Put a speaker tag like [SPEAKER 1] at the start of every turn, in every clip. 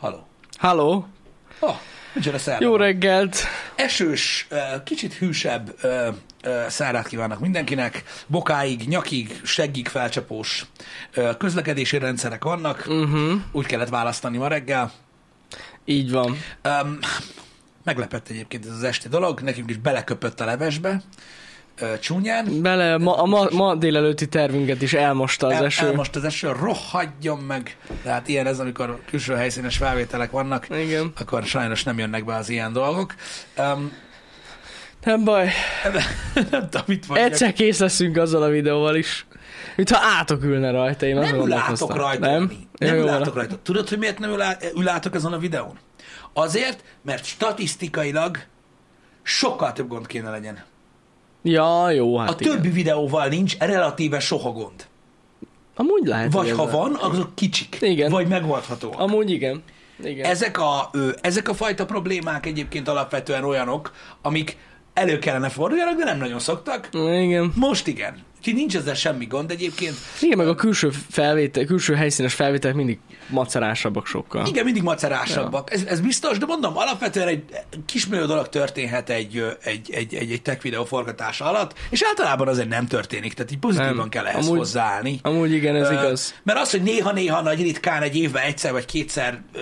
[SPEAKER 1] Haló.
[SPEAKER 2] Halló!
[SPEAKER 1] Oh, micsoda szárad.
[SPEAKER 2] Jó reggelt!
[SPEAKER 1] Esős, ö, kicsit hűsebb ö, ö, szárát kívánok mindenkinek. Bokáig, nyakig, seggig felcsapós ö, közlekedési rendszerek vannak.
[SPEAKER 2] Mhm.
[SPEAKER 1] Uh-huh. Úgy kellett választani ma reggel.
[SPEAKER 2] Így van.
[SPEAKER 1] Um, meglepett egyébként ez az esti dolog. Nekünk is beleköpött a levesbe. Ö, csúnyán.
[SPEAKER 2] Bele ma, a ma, ma délelőtti tervünket is elmosta az
[SPEAKER 1] El,
[SPEAKER 2] eső.
[SPEAKER 1] el most az eső, rohadjon meg. Tehát ilyen ez, amikor külső helyszínes felvételek vannak,
[SPEAKER 2] Igen.
[SPEAKER 1] akkor sajnos nem jönnek be az ilyen dolgok. Um,
[SPEAKER 2] Nem baj,
[SPEAKER 1] nem tudom, mit mondjak.
[SPEAKER 2] egyszer kész leszünk azzal a videóval is. Mintha átok ülne rajta, én azon
[SPEAKER 1] Nem látok
[SPEAKER 2] gondolkoztam.
[SPEAKER 1] rajta.
[SPEAKER 2] Nem?
[SPEAKER 1] Jani.
[SPEAKER 2] Jó,
[SPEAKER 1] nem
[SPEAKER 2] jó,
[SPEAKER 1] látok rajta. Tudod, hogy miért nem ülá- ülátok ezen a videón? Azért, mert statisztikailag sokkal több gond kéne legyen.
[SPEAKER 2] Ja, jó, hát
[SPEAKER 1] A
[SPEAKER 2] igen. Hát
[SPEAKER 1] többi videóval nincs relatíve soha gond.
[SPEAKER 2] Amúgy lehet.
[SPEAKER 1] Vagy
[SPEAKER 2] hogy
[SPEAKER 1] ha
[SPEAKER 2] ez-
[SPEAKER 1] van, azok kicsik.
[SPEAKER 2] Igen.
[SPEAKER 1] Vagy megoldhatóak.
[SPEAKER 2] Amúgy igen. igen.
[SPEAKER 1] Ezek a, ö, ezek a fajta problémák egyébként alapvetően olyanok, amik elő kellene forduljanak, de nem nagyon szoktak.
[SPEAKER 2] Igen.
[SPEAKER 1] Most igen. Úgyhogy nincs ezzel semmi gond egyébként.
[SPEAKER 2] Igen, meg a külső, felvétel, külső helyszínes felvételek mindig macerásabbak sokkal.
[SPEAKER 1] Igen, mindig macerásabbak. Ez, ez biztos, de mondom, alapvetően egy kismillió dolog történhet egy, ö, egy, egy, egy, egy tech videó forgatása alatt, és általában azért nem történik, tehát így pozitívan
[SPEAKER 2] Nem.
[SPEAKER 1] kell ehhez
[SPEAKER 2] Amúgy-
[SPEAKER 1] hozzáállni.
[SPEAKER 2] Amúgy igen, ez
[SPEAKER 1] Ö,
[SPEAKER 2] igaz.
[SPEAKER 1] Mert az, hogy néha-néha nagy ritkán egy évben egyszer vagy kétszer ö,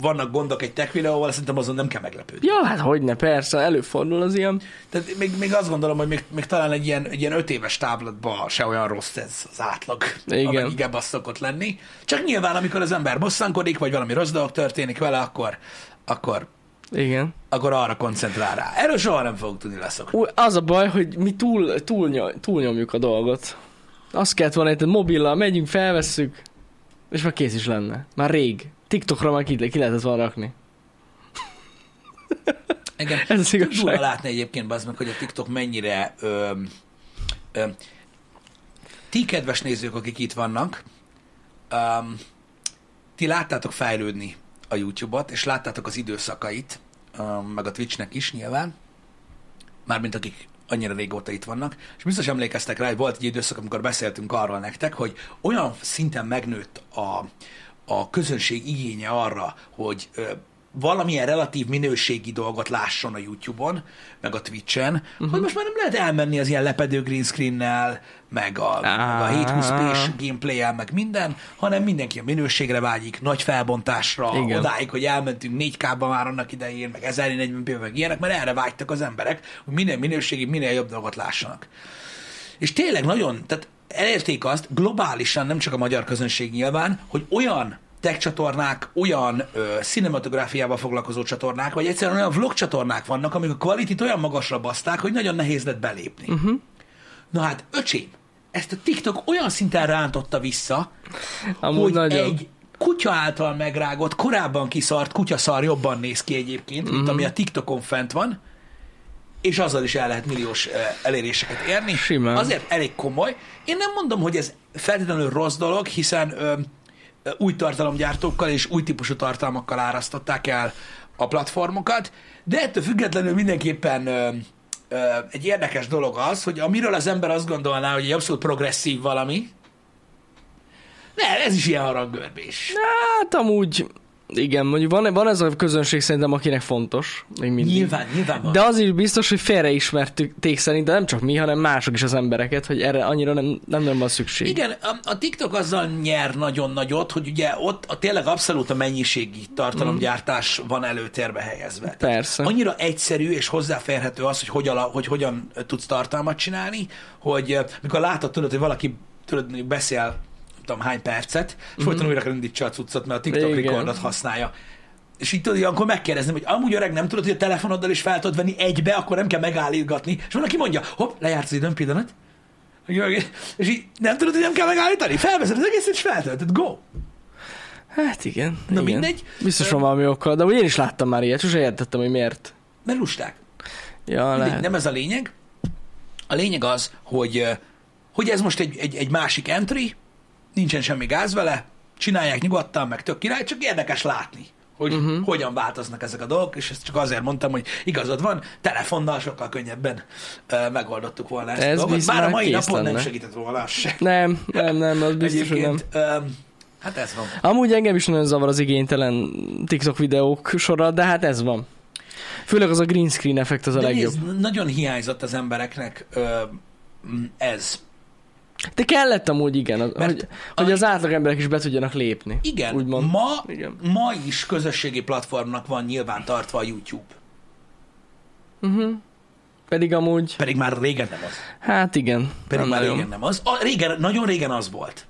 [SPEAKER 1] vannak gondok egy tech videóval, szerintem azon nem kell meglepődni.
[SPEAKER 2] Ja, hát hogyne, persze, előfordul az ilyen.
[SPEAKER 1] Tehát még, még azt gondolom, hogy még, még talán egy ilyen, egy ilyen öt éves táblatban se olyan rossz ez az átlag,
[SPEAKER 2] Igen.
[SPEAKER 1] inkább az szokott lenni. Csak nyilván, amikor az ember bosszankodik, vagy valami rossz dolog történik vele, akkor, akkor,
[SPEAKER 2] Igen.
[SPEAKER 1] akkor arra koncentrál rá. Erről soha nem fogok tudni leszokni.
[SPEAKER 2] Ú, Az a baj, hogy mi túl, túl, túlnyomjuk a dolgot. Azt kellett volna, hogy mobillal megyünk, felvesszük, és már kész is lenne. Már rég. TikTokra már ki, ki lehetett volna rakni.
[SPEAKER 1] Engem
[SPEAKER 2] Ez az
[SPEAKER 1] durva
[SPEAKER 2] igazság.
[SPEAKER 1] látni egyébként, bazd meg, hogy a TikTok mennyire... Ö, ö, ti kedves nézők, akik itt vannak, öm, ti láttátok fejlődni a YouTube-ot, és láttátok az időszakait, öm, meg a Twitch-nek is nyilván, mármint akik annyira régóta itt vannak, és biztos emlékeztek rá, hogy volt egy időszak, amikor beszéltünk arról nektek, hogy olyan szinten megnőtt a, a közönség igénye arra, hogy ö, valamilyen relatív minőségi dolgot lásson a YouTube-on, meg a Twitch-en, uh-huh. hogy most már nem lehet elmenni az ilyen lepedő green screen-nel, meg a, meg a 720p-s gameplay-el, meg minden, hanem mindenki a minőségre vágyik, nagy felbontásra,
[SPEAKER 2] Igen.
[SPEAKER 1] odáig, hogy elmentünk 4K-ba már annak idején, meg 1040p, meg ilyenek, mert erre vágytak az emberek, hogy minél minőségi, minél jobb dolgot lássanak. És tényleg nagyon, tehát elérték azt globálisan, nem csak a magyar közönség nyilván, hogy olyan tech csatornák, olyan ö, cinematográfiával foglalkozó csatornák, vagy egyszerűen olyan vlog csatornák vannak, amik a quality olyan magasra baszták, hogy nagyon nehéz lett belépni. Uh-huh. Na hát, öcsém, ezt a TikTok olyan szinten rántotta vissza,
[SPEAKER 2] Amúgy
[SPEAKER 1] hogy
[SPEAKER 2] nagyon.
[SPEAKER 1] egy kutya által megrágott, korábban kiszart kutyaszar jobban néz ki egyébként, mint
[SPEAKER 2] Mhm.
[SPEAKER 1] ami a TikTokon fent van, és azzal is el lehet milliós eh, eléréseket érni.
[SPEAKER 2] Simán.
[SPEAKER 1] Azért elég komoly. Én nem mondom, hogy ez feltétlenül rossz dolog, hiszen ö, ö, új tartalomgyártókkal és új típusú tartalmakkal árasztották el a platformokat, de ettől függetlenül mindenképpen ö, ö, egy érdekes dolog az, hogy amiről az ember azt gondolná, hogy egy abszolút progresszív valami, ne, ez is ilyen harangörbés.
[SPEAKER 2] Hát amúgy, igen, mondjuk van, van ez a közönség szerintem, akinek fontos. Még mindig.
[SPEAKER 1] Nyilván, nyilván van.
[SPEAKER 2] De az is biztos, hogy félreismerték szerintem, nem csak mi, hanem mások is az embereket, hogy erre annyira nem, nem, nem van szükség.
[SPEAKER 1] Igen, a, a TikTok azzal nyer nagyon nagyot, hogy ugye ott a tényleg abszolút a mennyiségi tartalomgyártás van előtérbe helyezve. Tehát
[SPEAKER 2] Mhm. Persze.
[SPEAKER 1] Annyira egyszerű és hozzáférhető az, hogy, hogy, ala, hogy hogyan tudsz tartalmat csinálni, hogy eh, mikor látod, tudod, hogy valaki tudod, mondjuk beszél nem tudom hány percet, és
[SPEAKER 2] Mhm.
[SPEAKER 1] mm-hmm. folyton újra kell indítsa a cuccot, mert a TikTok
[SPEAKER 2] Igen.
[SPEAKER 1] rekordot használja. És így tudod, ilyenkor megkérdezném, hogy amúgy öreg, nem tudod, hogy a telefonoddal is fel tudod venni egybe, akkor nem kell megállítgatni. És van, aki mondja, hopp, lejárt az időm pillanat, és így nem tudod, hogy nem kell megállítani? Felveszed az egészet, és feltöltöd. Go!
[SPEAKER 2] Hát igen.
[SPEAKER 1] Na
[SPEAKER 2] igen.
[SPEAKER 1] mindegy.
[SPEAKER 2] Biztos van valami oka, de úgy én is láttam már ilyet, sose értettem, hogy miért.
[SPEAKER 1] Mert lusták.
[SPEAKER 2] Ja,
[SPEAKER 1] Mindegy,
[SPEAKER 2] lehet.
[SPEAKER 1] nem ez a lényeg. A lényeg az, hogy, ö, hogy ez most egy, egy, egy másik entry, nincsen semmi gáz vele, csinálják nyugodtan, meg tök király, csak érdekes látni, hogy
[SPEAKER 2] Mhm.
[SPEAKER 1] uh-huh. hogyan változnak ezek a dolgok, és ezt csak azért mondtam, hogy igazad van, telefonnal sokkal könnyebben ö, megoldottuk volna ezt
[SPEAKER 2] Ez
[SPEAKER 1] a dolgot.
[SPEAKER 2] bizony
[SPEAKER 1] Bár a
[SPEAKER 2] már
[SPEAKER 1] mai
[SPEAKER 2] kész
[SPEAKER 1] napon nem
[SPEAKER 2] lenne.
[SPEAKER 1] segített volna az se.
[SPEAKER 2] Nem, nem, nem, az biztos, hogy nem.
[SPEAKER 1] Egyébként öm, Hát ez van.
[SPEAKER 2] Amúgy engem is nagyon zavar az igénytelen TikTok videók sora, de hát ez van. Főleg az a green screen effekt az a
[SPEAKER 1] De
[SPEAKER 2] legjobb.
[SPEAKER 1] nézd, nagyon hiányzott az embereknek ö, m, ez.
[SPEAKER 2] De kellett amúgy igen, az,
[SPEAKER 1] Mert
[SPEAKER 2] hogy, hogy az átlag emberek is be tudjanak lépni.
[SPEAKER 1] Igen,
[SPEAKER 2] Úgymond.
[SPEAKER 1] ma,
[SPEAKER 2] Igen.
[SPEAKER 1] ma is közösségi platformnak van nyilván tartva a YouTube.
[SPEAKER 2] Uh-huh. Pedig amúgy,
[SPEAKER 1] Pedig már régen nem az.
[SPEAKER 2] hát igen.
[SPEAKER 1] Pedig
[SPEAKER 2] nem
[SPEAKER 1] már
[SPEAKER 2] nagyon.
[SPEAKER 1] régen nem az. A, régen, nagyon régen az volt.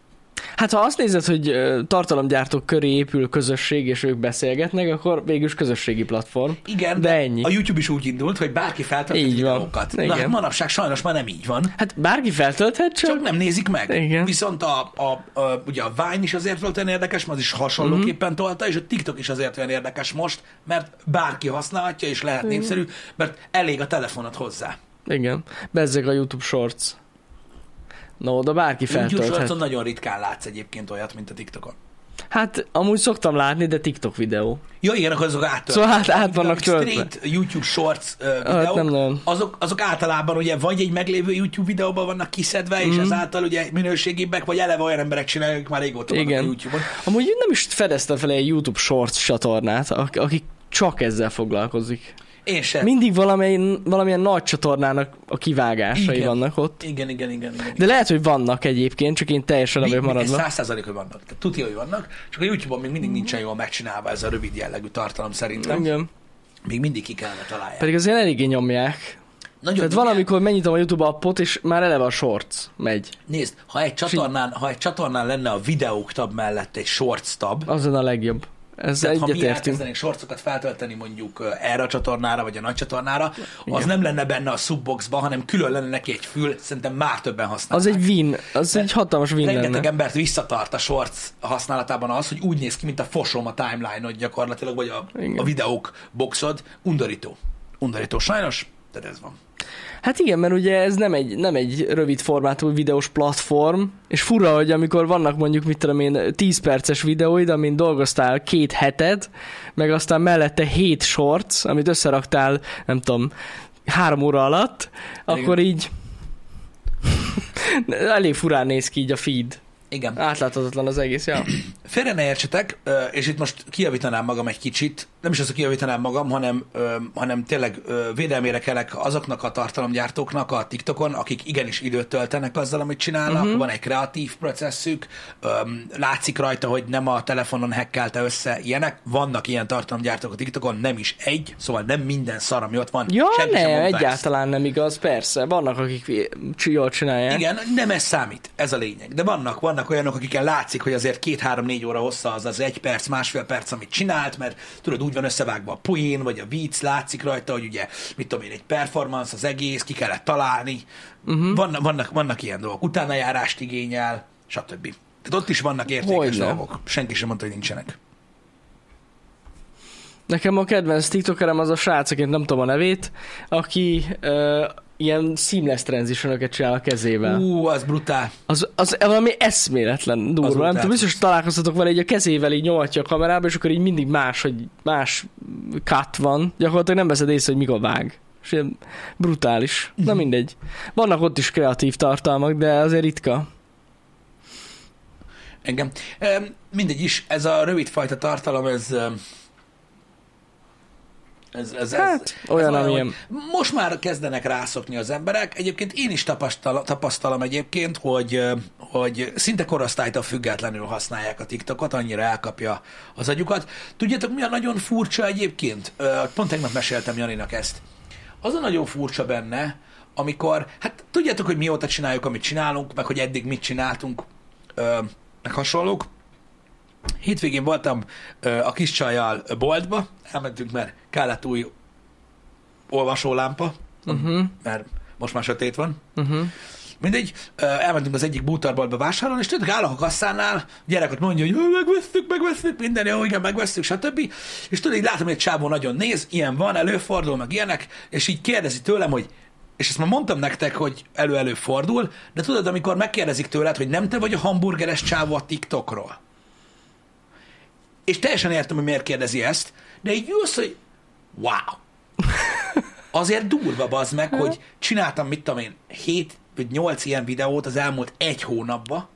[SPEAKER 2] Hát ha azt nézed, hogy ö, tartalomgyártók köré épül közösség, és ők beszélgetnek, akkor végül is közösségi platform.
[SPEAKER 1] Igen,
[SPEAKER 2] De ennyi.
[SPEAKER 1] a YouTube is úgy indult, hogy bárki feltöltött
[SPEAKER 2] Így van.
[SPEAKER 1] videókat. Na,
[SPEAKER 2] Igen.
[SPEAKER 1] hát manapság sajnos már nem így van.
[SPEAKER 2] Hát bárki feltölthet, csak...
[SPEAKER 1] Csak nem nézik meg.
[SPEAKER 2] Igen.
[SPEAKER 1] Viszont a, a, a, ugye a Vine is azért volt olyan érdekes, mert az is hasonlóképpen
[SPEAKER 2] Mhm.
[SPEAKER 1] tolta, és a TikTok is azért olyan érdekes most, mert bárki használhatja, és lehet népszerű, mert elég a telefonod hozzá.
[SPEAKER 2] Igen. Bezzeg a YouTube Shorts. No, oda bárki
[SPEAKER 1] YouTube
[SPEAKER 2] feltölthet.
[SPEAKER 1] shorts nagyon ritkán látsz egyébként olyat, mint a TikTokon.
[SPEAKER 2] Hát amúgy szoktam látni, de TikTok videó.
[SPEAKER 1] Ja, igen, akkor azok áttöltve.
[SPEAKER 2] Szóval hát át vannak
[SPEAKER 1] A
[SPEAKER 2] töltve.
[SPEAKER 1] Straight YouTube Shorts ö,
[SPEAKER 2] Hát
[SPEAKER 1] videók,
[SPEAKER 2] nem nagyon.
[SPEAKER 1] azok, azok általában ugye vagy egy meglévő YouTube videóban vannak kiszedve,
[SPEAKER 2] Mhm.
[SPEAKER 1] és ezáltal ugye minőségibbek, vagy eleve olyan emberek csinálják, akik már régóta vannak
[SPEAKER 2] Igen.
[SPEAKER 1] a YouTube-on.
[SPEAKER 2] Amúgy nem is fedeztem fel egy YouTube Shorts csatornát, ak- aki csak ezzel foglalkozik.
[SPEAKER 1] Én sem.
[SPEAKER 2] Mindig valamilyen, valamilyen nagy csatornának a kivágásai
[SPEAKER 1] Igen.
[SPEAKER 2] Igen. vannak ott.
[SPEAKER 1] Igen, igen, igen. igen.
[SPEAKER 2] De lehet, hogy vannak egyébként, csak én teljesen nem vagyok maradva.
[SPEAKER 1] Száz százalék, hogy vannak. Tehát tudja, hogy vannak. Csak a YouTube-on még mindig nincsen jól megcsinálva ez a rövid jellegű tartalom szerintem.
[SPEAKER 2] Igen.
[SPEAKER 1] Még mindig ki kellene találják.
[SPEAKER 2] Pedig azért eléggé nyomják.
[SPEAKER 1] Nagyon
[SPEAKER 2] Tehát
[SPEAKER 1] tudják.
[SPEAKER 2] valamikor megnyitom a YouTube appot, és már eleve a shorts megy.
[SPEAKER 1] Nézd, ha egy, csatornán, ha egy csatornán lenne a videók tab mellett egy shorts tab,
[SPEAKER 2] Azon a legjobb. Ez
[SPEAKER 1] Tehát ha mi
[SPEAKER 2] egyetértünk.
[SPEAKER 1] elkezdenénk sorcokat feltölteni mondjuk ö, erre a csatornára, vagy a nagy csatornára, az nem lenne benne a subboxba, hanem külön lenne neki egy fül, szerintem már többen
[SPEAKER 2] Az
[SPEAKER 1] használják.
[SPEAKER 2] egy win, az egy hatalmas win
[SPEAKER 1] Rengeteg
[SPEAKER 2] lenne.
[SPEAKER 1] embert visszatart a shorts használatában az, hogy úgy néz ki, mint a fosom a timeline-od gyakorlatilag, vagy a,
[SPEAKER 2] Igen.
[SPEAKER 1] a videók boxod. Undorító. Undorító sajnos, de ez van.
[SPEAKER 2] Hát igen, mert ugye ez nem egy, nem egy rövid formátumú videós platform, és fura, hogy amikor vannak mondjuk, mit tudom én, 10 perces videóid, amin dolgoztál két hetet, meg aztán mellette 7 shorts, amit összeraktál, nem tudom, három óra alatt,
[SPEAKER 1] Igen.
[SPEAKER 2] akkor így elég furán néz ki így a feed.
[SPEAKER 1] Igen.
[SPEAKER 2] Átláthatatlan az egész, ja.
[SPEAKER 1] Félre ne értsetek, ö, és itt most kijavítanám magam egy kicsit, nem is az, hogy kijavítanám magam, hanem, ö, hanem tényleg ö, védelmére kelek azoknak a tartalomgyártóknak a TikTokon, akik igenis időt töltenek azzal, amit csinálnak,
[SPEAKER 2] Mhm.
[SPEAKER 1] uh-huh. van egy kreatív processzük, ö, látszik rajta, hogy nem a telefonon hekkelte össze ilyenek, vannak ilyen tartalomgyártók a TikTokon, nem is egy, szóval nem minden szar, ami ott van.
[SPEAKER 2] Ja,
[SPEAKER 1] Senki sem
[SPEAKER 2] nem,
[SPEAKER 1] mondta ezt.
[SPEAKER 2] egyáltalán nem igaz, persze. Vannak, akik c- jól csinálják.
[SPEAKER 1] Igen, nem ez számít, ez a lényeg. De vannak, vannak olyanok, akiken látszik, hogy azért két-három-négy óra hossza az az egy perc, másfél perc, amit csinált, mert tudod, úgy van összevágva a poén, vagy a vicc, látszik rajta, hogy ugye, mit tudom én, egy performance az egész, ki kellett találni. Uh-huh. Vannak, vannak, vannak ilyen dolgok. Utána járást igényel, stb. Tehát ott is vannak értékes
[SPEAKER 2] Hogyne.
[SPEAKER 1] dolgok. Senki sem mondta, hogy nincsenek.
[SPEAKER 2] Nekem a kedvenc TikTokerem az a srác, akit nem tudom a nevét, aki uh, ilyen seamless transition csinál a kezével.
[SPEAKER 1] Ú, az brutál.
[SPEAKER 2] Az, az valami eszméletlen
[SPEAKER 1] Az
[SPEAKER 2] durva. Nem
[SPEAKER 1] brutális.
[SPEAKER 2] tudom, biztos találkoztatok vele, így a kezével így nyomatja a kamerába, és akkor így mindig más, hogy más cut van. Gyakorlatilag nem veszed észre, hogy mikor vág. És ilyen brutális. Na mindegy. Vannak ott is kreatív tartalmak, de azért ritka.
[SPEAKER 1] Engem. Em, Mindegy is, ez a rövid fajta tartalom, ez... em, Ez, ez,
[SPEAKER 2] Hát,
[SPEAKER 1] ez,
[SPEAKER 2] olyan,
[SPEAKER 1] ez
[SPEAKER 2] amilyen.
[SPEAKER 1] hogy Most már kezdenek rászokni az emberek. Egyébként én is tapasztalom, tapasztalom egyébként, hogy, em, hogy szinte korosztálytól függetlenül használják a TikTokot, annyira elkapja az agyukat. Tudjátok, mi a nagyon furcsa egyébként? Ö, Pont tegnap meséltem Janinak ezt. Az a nagyon furcsa benne, amikor, hát tudjátok, hogy mióta csináljuk, amit csinálunk, meg hogy eddig mit csináltunk, ö, meg hasonlók. Hétvégén voltam ö, a kis csajjal boltba, elmentünk, mert kellett új olvasólámpa,
[SPEAKER 2] Uh-huh,
[SPEAKER 1] mert most már sötét van.
[SPEAKER 2] uh-huh.
[SPEAKER 1] Mindegy, ö, elmentünk az egyik bútorboltba vásárolni, és tudod, állok a kasszánál, a gyerek ott mondja, hogy "Ö, megvesztük, megvesztük, minden, jó, igen, megvesztük, stb. És tudod, így látom, hogy egy csávó nagyon néz, ilyen van, előfordul, meg ilyenek, és így kérdezi tőlem, hogy és ezt már mondtam nektek, hogy elő-elő fordul, de tudod, amikor megkérdezik tőled, hogy nem te vagy a hamburgeres csávó a TikTokról. És teljesen értem, hogy miért kérdezi ezt, de így jössz, hogy wow. Azért durva bazd meg, hogy csináltam, mit tudom én, 7 vagy 8 ilyen videót az elmúlt egy hónapban,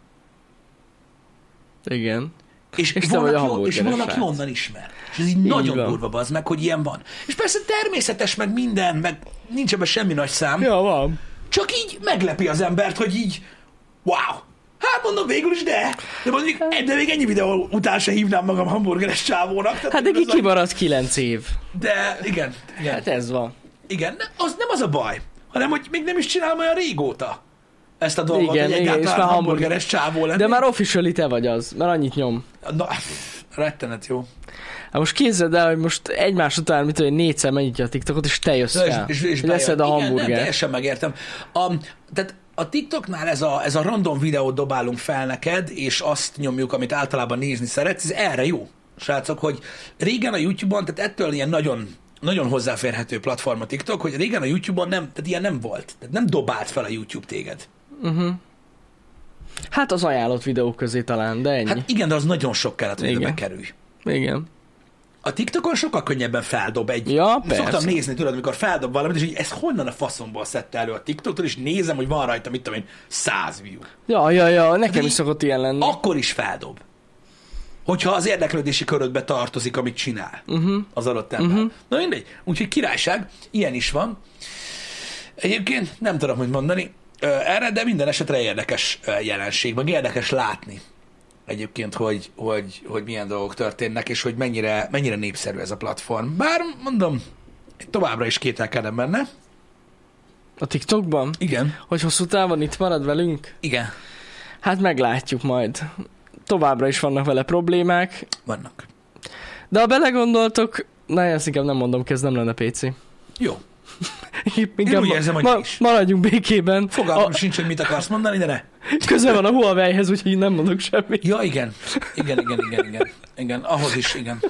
[SPEAKER 2] Igen.
[SPEAKER 1] És,
[SPEAKER 2] És
[SPEAKER 1] és,
[SPEAKER 2] te
[SPEAKER 1] van,
[SPEAKER 2] vagy a
[SPEAKER 1] aki, on- és
[SPEAKER 2] hamburgeres
[SPEAKER 1] van, aki
[SPEAKER 2] srác.
[SPEAKER 1] onnan ismer. És ez így, nagyon
[SPEAKER 2] van.
[SPEAKER 1] durva az meg, hogy ilyen van. És persze természetes, meg minden, meg nincs ebben semmi nagy szám.
[SPEAKER 2] Ja, van.
[SPEAKER 1] Csak így meglepi az embert, hogy így, wow, Hát mondom, végül is de. De mondjuk,
[SPEAKER 2] Hát.
[SPEAKER 1] de még ennyi videó után se hívnám magam hamburgeres csávónak. Tehát
[SPEAKER 2] Hát neki
[SPEAKER 1] igazán-
[SPEAKER 2] kimarad kilenc év.
[SPEAKER 1] De igen, igen.
[SPEAKER 2] Hát ez van.
[SPEAKER 1] Igen, ne- az nem az a baj, hanem hogy még nem is csinálom olyan régóta ezt a dolgot,
[SPEAKER 2] Igen,
[SPEAKER 1] hogy
[SPEAKER 2] igen, és már
[SPEAKER 1] egyáltalán
[SPEAKER 2] hamburger-
[SPEAKER 1] hamburgeres csávó lenni.
[SPEAKER 2] De már officially te vagy az, mert annyit nyom.
[SPEAKER 1] Na, pff, rettenet jó.
[SPEAKER 2] Hát most képzeld el, hogy most egymás után, mit tudom, én, négyszer megnyitja a TikTokot, és te jössz
[SPEAKER 1] Na,
[SPEAKER 2] rá.
[SPEAKER 1] és, és, és
[SPEAKER 2] Hogy eszed a
[SPEAKER 1] bejön. Igen, nem,
[SPEAKER 2] hamburger.
[SPEAKER 1] teljesen megértem. A, tehát a TikToknál ez a, ez a random videót dobálunk fel neked, és azt nyomjuk, amit általában nézni szeretsz, ez erre jó, srácok, hogy régen a YouTube-on, tehát ettől ilyen nagyon nagyon hozzáférhető platform a TikTok, hogy régen a YouTube-on nem, tehát ilyen nem volt. Tehát nem dobált fel a YouTube téged.
[SPEAKER 2] Hát az ajánlott videók közé talán, de ennyi.
[SPEAKER 1] Hát igen, de az nagyon sok kellett, hogy
[SPEAKER 2] Igen.
[SPEAKER 1] ide bekerülj.
[SPEAKER 2] Igen.
[SPEAKER 1] A TikTokon sokkal könnyebben feldob egy...
[SPEAKER 2] Ja, persze.
[SPEAKER 1] Szoktam nézni, tudod, amikor feldob valamit, és így ez honnan a faszomból szedte elő a TikToktól, és nézem, hogy van rajta, mit tudom én, száz view.
[SPEAKER 2] Ja, ja, ja, nekem
[SPEAKER 1] így-
[SPEAKER 2] is szokott ilyen lenni.
[SPEAKER 1] Mm-hmm. Akkor is feldob. Hogyha az érdeklődési körödbe tartozik, amit csinál uh-huh. az adott ember. Uh-huh. Na mindegy. Úgyhogy királyság, ilyen is van. Egyébként nem tudom, hogy mondani ö, erre, de minden esetre érdekes ö, jelenség, meg érdekes látni egyébként, hogy, hogy, hogy milyen dolgok történnek, és hogy mennyire, mennyire népszerű ez a platform. Bár mondom, továbbra is kételkedem benne.
[SPEAKER 2] A TikTokban?
[SPEAKER 1] Igen.
[SPEAKER 2] Hogy hosszú távon itt marad velünk?
[SPEAKER 1] Igen.
[SPEAKER 2] Hát meglátjuk majd. Továbbra is vannak vele problémák,
[SPEAKER 1] Vannak.
[SPEAKER 2] de ha belegondoltok, na ezt inkább nem mondom, ki ez nem lenne PC.
[SPEAKER 1] Jó.
[SPEAKER 2] Inkább
[SPEAKER 1] úgy érzem, hogy nincs.
[SPEAKER 2] maradjunk békében.
[SPEAKER 1] Fogalmam
[SPEAKER 2] A,
[SPEAKER 1] sincs, hogy mit akarsz mondani, de ne.
[SPEAKER 2] közel van a Huawei-hez, úgyhogy én nem mondok semmit.
[SPEAKER 1] Ja, igen. Igen, igen, igen, igen. Igen, ahhoz is, igen.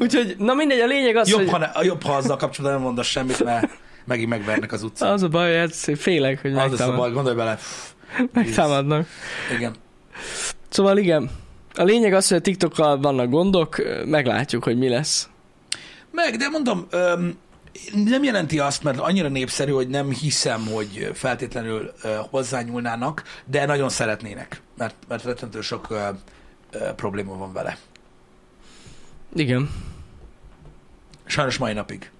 [SPEAKER 2] Úgyhogy, na mindegy, a lényeg az,
[SPEAKER 1] Jobb,
[SPEAKER 2] hogy...
[SPEAKER 1] ha, ne, jobb, ha azzal kapcsolatban nem mondasz semmit, mert megint megvernek az utcán.
[SPEAKER 2] Az a baj, hát félek, hogy
[SPEAKER 1] Az, az a
[SPEAKER 2] megtámad,
[SPEAKER 1] baj, gondolj bele. Pff,
[SPEAKER 2] megtámadnak.
[SPEAKER 1] Igen.
[SPEAKER 2] Szóval igen, a lényeg az, hogy a TikTokkal vannak gondok, meglátjuk, hogy mi lesz.
[SPEAKER 1] Meg, de mondom, öm, nem jelenti azt, mert annyira népszerű, hogy nem hiszem, hogy feltétlenül ö, hozzányúlnának, de nagyon szeretnének, mert, mert rettentő sok ö, ö, probléma van vele.
[SPEAKER 2] Igen.
[SPEAKER 1] Sajnos mai napig.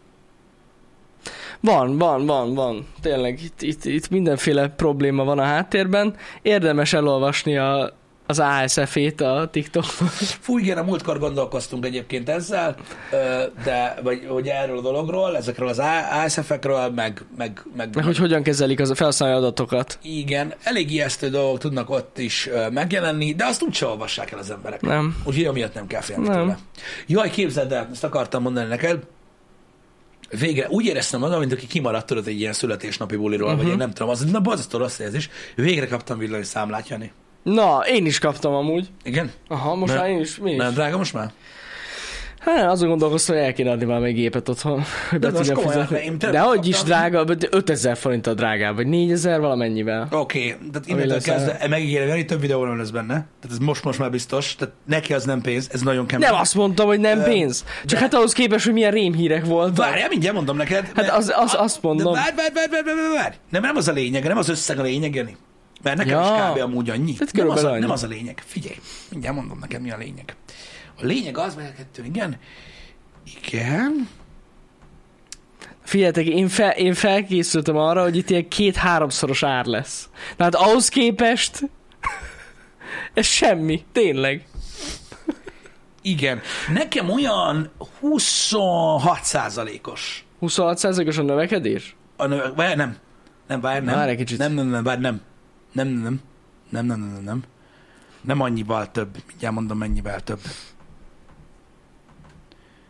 [SPEAKER 2] Van, van, van, van. Tényleg itt, itt, itt mindenféle probléma van a háttérben. Érdemes elolvasni a, az ASF-ét a TikTokon.
[SPEAKER 1] Fú, igen, a múltkor gondolkoztunk egyébként ezzel, ö, de, vagy hogy erről a dologról, ezekről az ASF-ekről, meg, meg, meg,
[SPEAKER 2] Meg hogy hogyan kezelik az a felhasználói adatokat.
[SPEAKER 1] igen, elég ijesztő dolgok tudnak ott is ö, megjelenni, de azt úgyse olvassák el az emberek.
[SPEAKER 2] Nem.
[SPEAKER 1] Úgyhogy amiatt nem kell félni
[SPEAKER 2] Nem.
[SPEAKER 1] tőle. Jaj, képzeld el, ezt akartam mondani neked, végre úgy éreztem magam, mint aki kimaradt tudod egy ilyen születésnapi buliról, uh-huh. vagy
[SPEAKER 2] Mhm.
[SPEAKER 1] én nem tudom, az, na bazasztó rossz érzés, végre kaptam villanyszámlát, Jani.
[SPEAKER 2] Na, én is kaptam amúgy.
[SPEAKER 1] Igen?
[SPEAKER 2] Aha, most
[SPEAKER 1] Ne-
[SPEAKER 2] már én is, mi is.
[SPEAKER 1] Nem drága most már?
[SPEAKER 2] Hát azon gondolkoztam, hogy el kéne adni már még gépet otthon, hogy be
[SPEAKER 1] De most
[SPEAKER 2] tudjam
[SPEAKER 1] komolyan,
[SPEAKER 2] fizetni.
[SPEAKER 1] mert én tényleg
[SPEAKER 2] De hogy is
[SPEAKER 1] kaptam.
[SPEAKER 2] drága, de 5000 forint a drágább, vagy 4000 valamennyivel.
[SPEAKER 1] Oké, okay, tehát innentől
[SPEAKER 2] lesz
[SPEAKER 1] kezdve e, megígérem, hogy több videó nem lesz benne. Tehát ez most-most már biztos. Tehát neki az nem pénz, ez nagyon kemény.
[SPEAKER 2] Nem azt mondtam, hogy nem pénz. Csak hát ahhoz képest, hogy milyen rémhírek voltak.
[SPEAKER 1] Várjál, mindjárt mondom neked.
[SPEAKER 2] Hát az, az, azt
[SPEAKER 1] de
[SPEAKER 2] mondom.
[SPEAKER 1] várj, várj, várj, várj, várj, várj. Nem, nem az a lényeg, nem az összeg a lényeg, Jani. Mert nekem
[SPEAKER 2] Ja.
[SPEAKER 1] ja. is kb. amúgy annyi.
[SPEAKER 2] Tehát
[SPEAKER 1] nem, az
[SPEAKER 2] körülbelül
[SPEAKER 1] a,
[SPEAKER 2] annyi.
[SPEAKER 1] nem az a lényeg. Figyelj, mindjárt mondom neked, mi a lényeg. A lényeg az, mert kettő, igen. Igen.
[SPEAKER 2] Figyeljetek, én, fel, én felkészültem arra, hogy itt ilyen két-háromszoros ár lesz. Tehát ahhoz képest ez semmi, tényleg.
[SPEAKER 1] Igen. Nekem olyan 26 százalékos
[SPEAKER 2] 26%-os a növekedés?
[SPEAKER 1] A növe... Várj, nem. Nem, várj, nem.
[SPEAKER 2] Várj egy kicsit.
[SPEAKER 1] Nem, nem, nem, várj, nem. Nem, nem, nem. Nem, nem, nem, nem, nem. Nem annyival több. Mindjárt mondom, mennyivel több.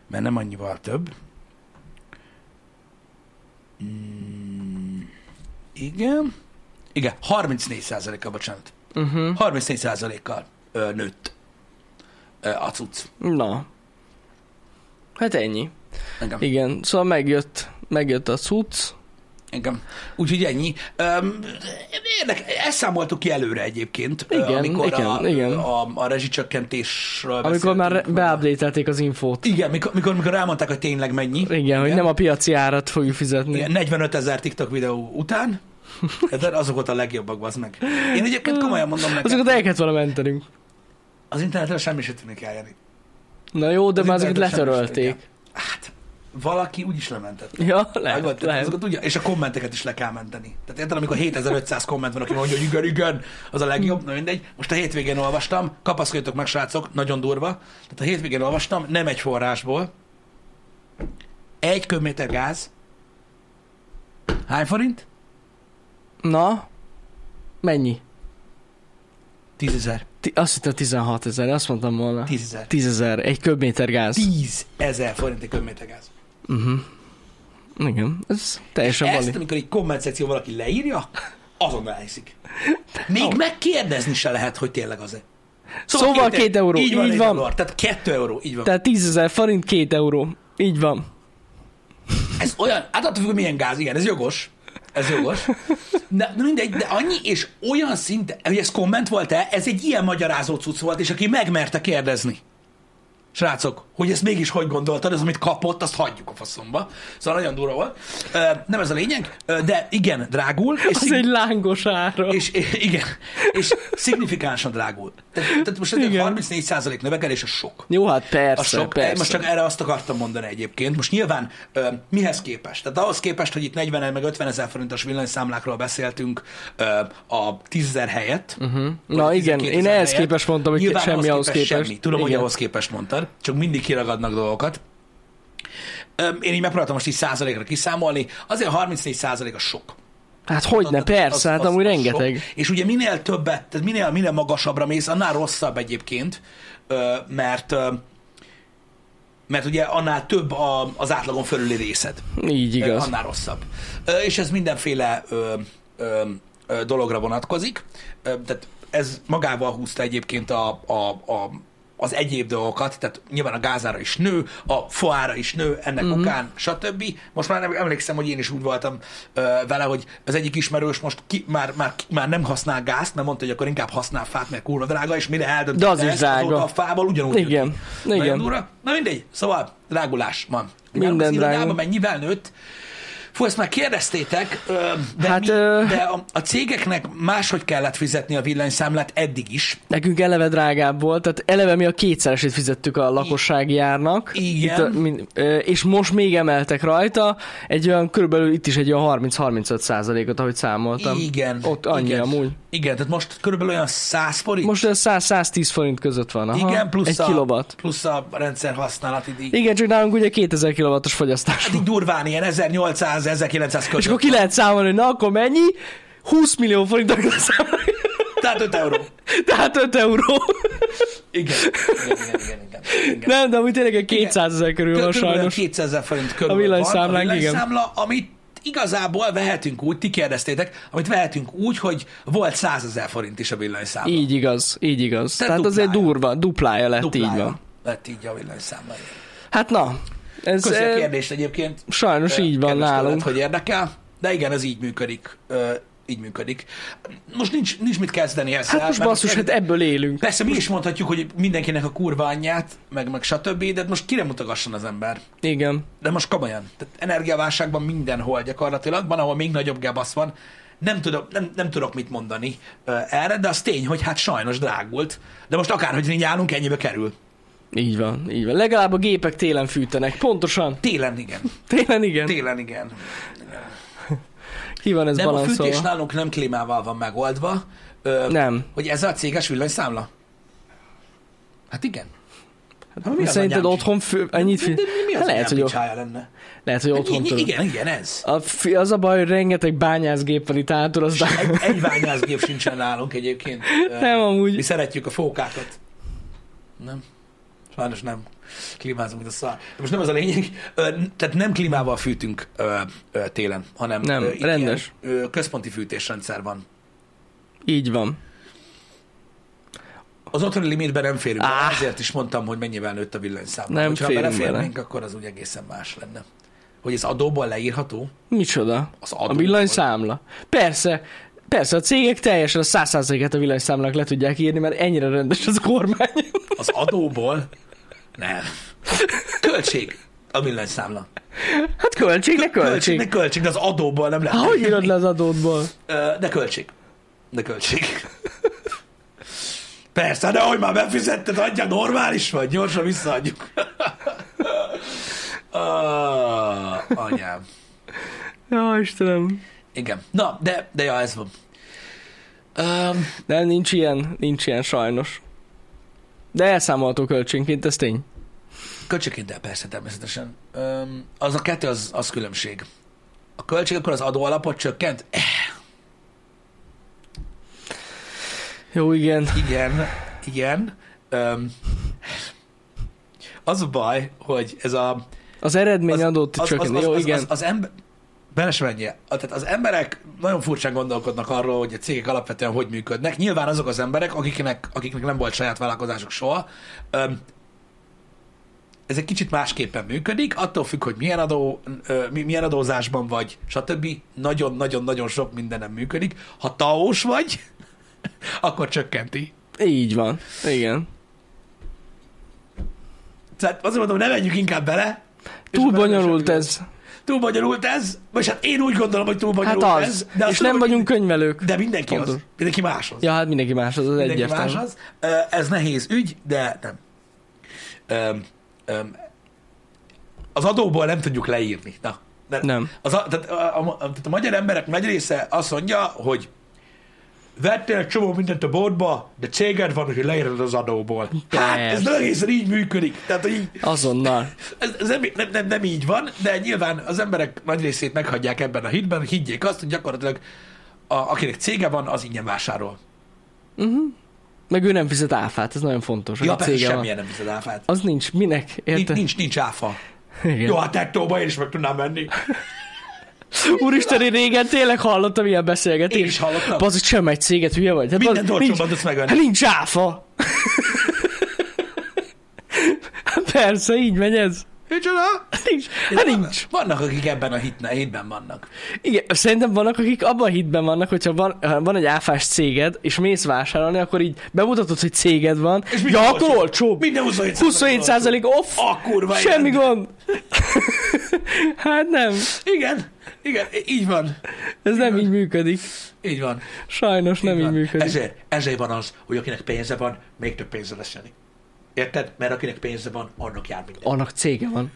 [SPEAKER 1] Mert nem annyival több. Mm, igen. Igen, 34%-kal, bocsánat.
[SPEAKER 2] Uh-huh.
[SPEAKER 1] 34%-kal ö, nőtt ö, a cucc.
[SPEAKER 2] Na. Hát ennyi.
[SPEAKER 1] Engem.
[SPEAKER 2] Igen, szóval megjött, megjött a cucc.
[SPEAKER 1] Engem. Úgyhogy ennyi. Öm, érdek, ezt számoltuk ki előre egyébként, ö,
[SPEAKER 2] Igen,
[SPEAKER 1] amikor
[SPEAKER 2] igen,
[SPEAKER 1] a,
[SPEAKER 2] igen.
[SPEAKER 1] A, a rezsicsökkentésről
[SPEAKER 2] Amikor már
[SPEAKER 1] beszéltünk.
[SPEAKER 2] beáblételték az infót.
[SPEAKER 1] Igen, mikor, mikor, mikor rámondták, hogy tényleg mennyi.
[SPEAKER 2] Igen, igen, hogy nem a piaci árat fogjuk fizetni.
[SPEAKER 1] Igen, 45 ezer TikTok videó után. Hát, Tehát azok volt a legjobbak, az meg. Én egyébként komolyan mondom neked.
[SPEAKER 2] Azokat el kellett volna mentenünk.
[SPEAKER 1] Az interneten semmi se tűnik el, Jani.
[SPEAKER 2] Na jó, de
[SPEAKER 1] Az
[SPEAKER 2] már azokat
[SPEAKER 1] interneten semmi se tűnik
[SPEAKER 2] letörölték.
[SPEAKER 1] el. Hát, valaki úgyis lementett.
[SPEAKER 2] Ja,
[SPEAKER 1] Vágod?
[SPEAKER 2] lehet,
[SPEAKER 1] Tehát
[SPEAKER 2] lehet.
[SPEAKER 1] Azokat ugye, és a kommenteket is le kell menteni. Tehát érted, amikor 7500 komment van, aki mondja, hogy igen, igen, az a legjobb, na mindegy. Most a hétvégén olvastam, kapaszkodjatok meg, srácok, nagyon durva. Tehát a hétvégén olvastam, nem egy forrásból. Egy köbméter gáz. Hány forint?
[SPEAKER 2] Na, mennyi?
[SPEAKER 1] 10 ezer.
[SPEAKER 2] Ti, azt hittem 16 ezer, azt mondtam volna.
[SPEAKER 1] 10 ezer.
[SPEAKER 2] 10 ezer, egy köbméter gáz.
[SPEAKER 1] 10 ezer forint egy köbméter gáz.
[SPEAKER 2] Uh-huh. Igen, ez teljesen
[SPEAKER 1] Ezt,
[SPEAKER 2] valid.
[SPEAKER 1] amikor egy komment szekció valaki leírja, azonnal elhiszik. Még megkérdezni se lehet, hogy tényleg az-e.
[SPEAKER 2] Szóval két euró,
[SPEAKER 1] Így van,
[SPEAKER 2] így
[SPEAKER 1] egy
[SPEAKER 2] van.
[SPEAKER 1] Dollár, tehát kettő euró, így van.
[SPEAKER 2] Tehát 10 ezer forint, 2 euró. Így van.
[SPEAKER 1] Ez olyan, hát attól függ, hogy milyen gáz, igen, ez jogos. Ez jogos. De, de mindegy, de annyi és olyan szinte, hogy ez komment volt-e, ez egy ilyen magyarázó cucc volt, és aki megmerte kérdezni. Srácok, hogy ezt mégis hogy gondoltad, az, amit kapott, azt hagyjuk a faszomba. Szóval nagyon durva volt. Ö, nem ez a lényeg, ö, de igen, drágul. És
[SPEAKER 2] Az
[SPEAKER 1] szig-
[SPEAKER 2] egy lángos ára.
[SPEAKER 1] és, és igen, és szignifikánsan drágul. Tehát, tehát most ez egy 34% növekedés, az sok.
[SPEAKER 2] Jó, hát persze,
[SPEAKER 1] A sok,
[SPEAKER 2] persze.
[SPEAKER 1] most csak erre azt akartam mondani egyébként. Most nyilván ö, mihez képest? Tehát ahhoz képest, hogy itt 40 meg 50 ezer forintos villanyszámlákról beszéltünk ö, a 10 ezer helyett. Uh-huh.
[SPEAKER 2] Mhm. Na igen, én ehhez képest mondtam, hogy
[SPEAKER 1] nyilván
[SPEAKER 2] semmi ahhoz képest.
[SPEAKER 1] Semmi. Tudom, hogy
[SPEAKER 2] Igen.
[SPEAKER 1] ahhoz képest mondtad, csak mindig kiragadnak dolgokat. Ö, én így megpróbáltam most így százalékra kiszámolni. Azért a 34 százalék a sok.
[SPEAKER 2] Hát hogy ne,
[SPEAKER 1] Tehát
[SPEAKER 2] persze, hát amúgy rengeteg.
[SPEAKER 1] sok. És ugye minél többet, tehát minél, minél magasabbra mész, annál rosszabb egyébként, ö, mert ö, mert ugye annál több a, az átlagon fölüli részed.
[SPEAKER 2] Így
[SPEAKER 1] Ö,
[SPEAKER 2] igaz.
[SPEAKER 1] Annál rosszabb. Ö, És ez mindenféle ö, ö, ö, dologra vonatkozik. Ö, Tehát ez magával húzta egyébként a, a, a, az egyéb dolgokat, tehát nyilván a gázára is nő, a foára is nő, ennek
[SPEAKER 2] Mhm.
[SPEAKER 1] mm-hmm. okán, stb. Most már nem emlékszem, hogy én is úgy voltam ö, vele, hogy az egyik ismerős most ki, már, már, már nem használ gázt, mert mondta, hogy akkor inkább használ fát, mert kurva drága, és mire eldöntötte
[SPEAKER 2] De az is
[SPEAKER 1] ezt,
[SPEAKER 2] drága.
[SPEAKER 1] azóta a fával ugyanúgy
[SPEAKER 2] Igen,
[SPEAKER 1] jön ki. Nagyon
[SPEAKER 2] igen.
[SPEAKER 1] durva. Na mindegy, szóval drágulás van.
[SPEAKER 2] Minden
[SPEAKER 1] Járunk az irodába,
[SPEAKER 2] drágul.
[SPEAKER 1] mennyivel nőtt, Fú, ezt már kérdeztétek, ö, de,
[SPEAKER 2] Hát,
[SPEAKER 1] mi,
[SPEAKER 2] ö-
[SPEAKER 1] de a, a cégeknek máshogy kellett fizetni a villanyszámlát eddig is.
[SPEAKER 2] Nekünk eleve drágább volt, tehát eleve mi a kétszeresét fizettük a lakossági árnak.
[SPEAKER 1] Igen.
[SPEAKER 2] Itt a, min, ö, és most még emeltek rajta, egy olyan, körülbelül itt is egy olyan 30-35 százalékot, ahogy számoltam.
[SPEAKER 1] Igen.
[SPEAKER 2] Hát, Ott annyi
[SPEAKER 1] igen.
[SPEAKER 2] amúgy.
[SPEAKER 1] Igen, tehát most körülbelül olyan 100 forint.
[SPEAKER 2] Most ez 100-110 forint között van. Aha,
[SPEAKER 1] igen, plusz,
[SPEAKER 2] egy
[SPEAKER 1] a,
[SPEAKER 2] kilowatt.
[SPEAKER 1] plusz a rendszer használati díj.
[SPEAKER 2] Igen, csak nálunk ugye 2000 kilowattos fogyasztás.
[SPEAKER 1] Hát így durván ilyen 1800-1900
[SPEAKER 2] És akkor
[SPEAKER 1] között.
[SPEAKER 2] ki lehet számolni, hogy na akkor mennyi? 20 millió forintot kell számolni.
[SPEAKER 1] Tehát 5 euró.
[SPEAKER 2] Tehát 5 euró.
[SPEAKER 1] Igen. Igen, igen, igen, igen. igen.
[SPEAKER 2] Nem, de amúgy tényleg egy 200 ezer körül van
[SPEAKER 1] Körülbelül
[SPEAKER 2] sajnos.
[SPEAKER 1] 200 ezer forint körül
[SPEAKER 2] A villanyszámlánk,
[SPEAKER 1] van. A
[SPEAKER 2] igen.
[SPEAKER 1] villanyszámla, amit igazából vehetünk úgy, ti kérdeztétek, amit vehetünk úgy, hogy volt 100 ezer forint is a villanyszámla.
[SPEAKER 2] Így igaz, így igaz.
[SPEAKER 1] Te
[SPEAKER 2] Tehát, azért
[SPEAKER 1] duplája.
[SPEAKER 2] durva, duplája lett,
[SPEAKER 1] Duplája
[SPEAKER 2] Hát így van.
[SPEAKER 1] Lett így a villanyszámla. igen.
[SPEAKER 2] Hát na, ez
[SPEAKER 1] Köszi a
[SPEAKER 2] eh,
[SPEAKER 1] kérdést egyébként.
[SPEAKER 2] sajnos így van
[SPEAKER 1] Kedves tőled,
[SPEAKER 2] nálunk.
[SPEAKER 1] hogy érdekel, de igen, ez így működik. Ö, Így működik. Most nincs, nincs mit kezdeni ezzel.
[SPEAKER 2] Hát most
[SPEAKER 1] mert
[SPEAKER 2] basszus, hát ebből élünk.
[SPEAKER 1] Persze mi is mondhatjuk, hogy mindenkinek a kurva anyját, meg, meg stb., de most kire mutogasson az ember?
[SPEAKER 2] Igen.
[SPEAKER 1] De most komolyan. Tehát energiaválságban mindenhol gyakorlatilag, van, ahol még nagyobb gebasz van. Nem, tudom, nem, nem tudok mit mondani ö, erre, de az tény, hogy hát sajnos drágult. De most akárhogy így állunk, ennyibe kerül.
[SPEAKER 2] Így van, így van. Legalább a gépek télen fűtenek. Pontosan.
[SPEAKER 1] Télen igen.
[SPEAKER 2] Télen igen.
[SPEAKER 1] Télen igen.
[SPEAKER 2] Ki van ez
[SPEAKER 1] Nem, a fűtés
[SPEAKER 2] balanszolva?
[SPEAKER 1] nálunk nem klímával van megoldva. Ö,
[SPEAKER 2] Nem.
[SPEAKER 1] Hogy ez a céges villanyszámla? Hát igen. Hát, mi az
[SPEAKER 2] Szerinted
[SPEAKER 1] anyám-
[SPEAKER 2] otthon fű... annyit
[SPEAKER 1] De
[SPEAKER 2] fű...
[SPEAKER 1] mi az
[SPEAKER 2] Hát Lehet,
[SPEAKER 1] lehet,
[SPEAKER 2] hogy,
[SPEAKER 1] hogy
[SPEAKER 2] o-
[SPEAKER 1] lenne?
[SPEAKER 2] lehet, hogy otthon
[SPEAKER 1] Igen,
[SPEAKER 2] tudod.
[SPEAKER 1] igen, igen, ez.
[SPEAKER 2] A fi- az a baj, hogy rengeteg bányászgép van itt hátul, aztán...
[SPEAKER 1] Egy, egy bányászgép sincsen nálunk egyébként. Ö,
[SPEAKER 2] Nem amúgy.
[SPEAKER 1] Mi szeretjük a fókákat. Nem. Sajnos nem. Klímázunk, mint a szar. De most nem az a lényeg. Ö, n- Tehát nem klímával fűtünk ö, ö, télen, hanem
[SPEAKER 2] Nem,
[SPEAKER 1] ö, itt
[SPEAKER 2] rendes.
[SPEAKER 1] Ilyen, ö, központi fűtésrendszer van.
[SPEAKER 2] Így van.
[SPEAKER 1] Az otthoni limitben nem férünk bele,
[SPEAKER 2] Áh.
[SPEAKER 1] ezért is mondtam, hogy mennyivel nőtt a villanyszám.
[SPEAKER 2] Nem
[SPEAKER 1] Ha
[SPEAKER 2] férünk
[SPEAKER 1] beleférnénk, akkor az úgy egészen más lenne. Hogy ez adóból leírható?
[SPEAKER 2] Micsoda?
[SPEAKER 1] Az
[SPEAKER 2] A
[SPEAKER 1] adóból.
[SPEAKER 2] villanyszámla. Persze, persze, a cégek teljesen a 100%-et a villanyszámlák le tudják írni, mert ennyire rendes az a kormány.
[SPEAKER 1] Az adóból? Nem. Költség a villanyszámla.
[SPEAKER 2] Hát költség, ne
[SPEAKER 1] Költség,
[SPEAKER 2] költség.
[SPEAKER 1] költség, de az adóból nem lehet.
[SPEAKER 2] Hát hogy írod le az adódból?
[SPEAKER 1] Ö, De költség. De költség. Persze, de hogy már befizetted, adja, normális vagy, gyorsan visszaadjuk. Ah, anyám.
[SPEAKER 2] Ja, Istenem.
[SPEAKER 1] Igen. Na, de, de ja, ez van. Um,
[SPEAKER 2] De nincs ilyen, nincs ilyen sajnos. De elszámolható költségként, ez tény.
[SPEAKER 1] költségkéntel persze, természetesen. Um, az a kettő, az, az különbség. A költség akkor az adóalapot csökkent? Eh,
[SPEAKER 2] Jó, igen.
[SPEAKER 1] igen, igen. Um, az a baj, hogy ez a...
[SPEAKER 2] Az eredmény
[SPEAKER 1] Az-
[SPEAKER 2] adott
[SPEAKER 1] az, az,
[SPEAKER 2] csökken.
[SPEAKER 1] az,
[SPEAKER 2] Jó,
[SPEAKER 1] az,
[SPEAKER 2] igen.
[SPEAKER 1] az, az ember... Bele se menjél. A- Tehát az emberek nagyon furcsán gondolkodnak arról, hogy a cégek alapvetően hogy működnek. Nyilván azok az emberek, akiknek, akiknek nem volt saját vállalkozásuk soha, öm, ez egy kicsit másképpen működik, attól függ, hogy milyen, adó, ö, mi- milyen adózásban vagy, stb. Nagyon-nagyon-nagyon sok mindenem működik. Ha taós vagy, akkor csökkenti.
[SPEAKER 2] Így van. Igen.
[SPEAKER 1] Tehát azért mondom, ne menjünk inkább bele. És
[SPEAKER 2] Túl
[SPEAKER 1] akkor nem
[SPEAKER 2] bonyolult
[SPEAKER 1] semmi
[SPEAKER 2] ez.
[SPEAKER 1] túl bonyolult ez, vagy hát én úgy gondolom, hogy túl
[SPEAKER 2] Hát
[SPEAKER 1] bonyolult ez.
[SPEAKER 2] az.
[SPEAKER 1] De azt
[SPEAKER 2] És nem
[SPEAKER 1] tudom,
[SPEAKER 2] vagyunk könyvelők.
[SPEAKER 1] Hogy, de mindenki az.
[SPEAKER 2] Pontos.
[SPEAKER 1] Mindenki más az.
[SPEAKER 2] Ja, hát mindenki más, az az
[SPEAKER 1] mindenki más
[SPEAKER 2] egyértelmű.
[SPEAKER 1] az. Ö, Ez nehéz ügy, de nem. Öm, öm, az adóból nem tudjuk leírni. Na, de
[SPEAKER 2] Nem.
[SPEAKER 1] Az, a- tehát, a, a, tehát a magyar emberek nagy része azt mondja, hogy vettél egy csomó mindent a boltba, de céged van, hogy leírod az adóból. Hát, ez
[SPEAKER 2] Persze.
[SPEAKER 1] nem egészen így működik. Tehát, hogy így,
[SPEAKER 2] Azonnal.
[SPEAKER 1] ez, ez nem, nem, nem, nem így van, de nyilván az emberek nagy részét meghagyják ebben a hitben, hogy higgyék azt, hogy gyakorlatilag a, akinek cége van, az ingyen vásárol.
[SPEAKER 2] Meg ő nem fizet áfát, ez nagyon fontos. hogy
[SPEAKER 1] Ja,
[SPEAKER 2] a
[SPEAKER 1] persze
[SPEAKER 2] cége van. Ah,
[SPEAKER 1] semmilyen nem viszed áfát.
[SPEAKER 2] Az nincs, minek,
[SPEAKER 1] Nincs,
[SPEAKER 2] érted?
[SPEAKER 1] nincs, nincs áfa.
[SPEAKER 2] Igen.
[SPEAKER 1] Jó, hát tettóba én is meg tudnám menni.
[SPEAKER 2] Úristen, én régen tényleg hallottam ilyen beszélgetést.
[SPEAKER 1] Én is hallottam.
[SPEAKER 2] Bazzik, sem egy céget, hülye vagy. Hát,
[SPEAKER 1] Mindent
[SPEAKER 2] bazd-
[SPEAKER 1] olcsóbban
[SPEAKER 2] nincs-
[SPEAKER 1] tudsz megvenni.
[SPEAKER 2] Hát nincs áfa. Hát Persze, így megy ez.
[SPEAKER 1] Micsoda?
[SPEAKER 2] Hát Nincs. Hát
[SPEAKER 1] Vannak-
[SPEAKER 2] nincs.
[SPEAKER 1] Vannak, akik ebben a hitne, hitben vannak.
[SPEAKER 2] Igen, szerintem vannak, akik abban a hitben vannak, hogyha van, ha van egy áfás céged, és mész vásárolni, akkor így bemutatod, hogy céged van.
[SPEAKER 1] És minden
[SPEAKER 2] ja, akkor
[SPEAKER 1] olcsóbb.
[SPEAKER 2] olcsóbb.
[SPEAKER 1] Minden 27
[SPEAKER 2] 27 százalék off.
[SPEAKER 1] A kurva
[SPEAKER 2] Semmi
[SPEAKER 1] igen.
[SPEAKER 2] gond. hát nem,
[SPEAKER 1] Igen, igen, így van.
[SPEAKER 2] ez nem így működik.
[SPEAKER 1] Így van.
[SPEAKER 2] Sajnos nem így
[SPEAKER 1] van.
[SPEAKER 2] működik.
[SPEAKER 1] Ezért, ezért van az, hogy akinek pénze van, még több pénze lesz Jani. Érted? Mert akinek pénze van, annak jár minden.
[SPEAKER 2] Annak cége van.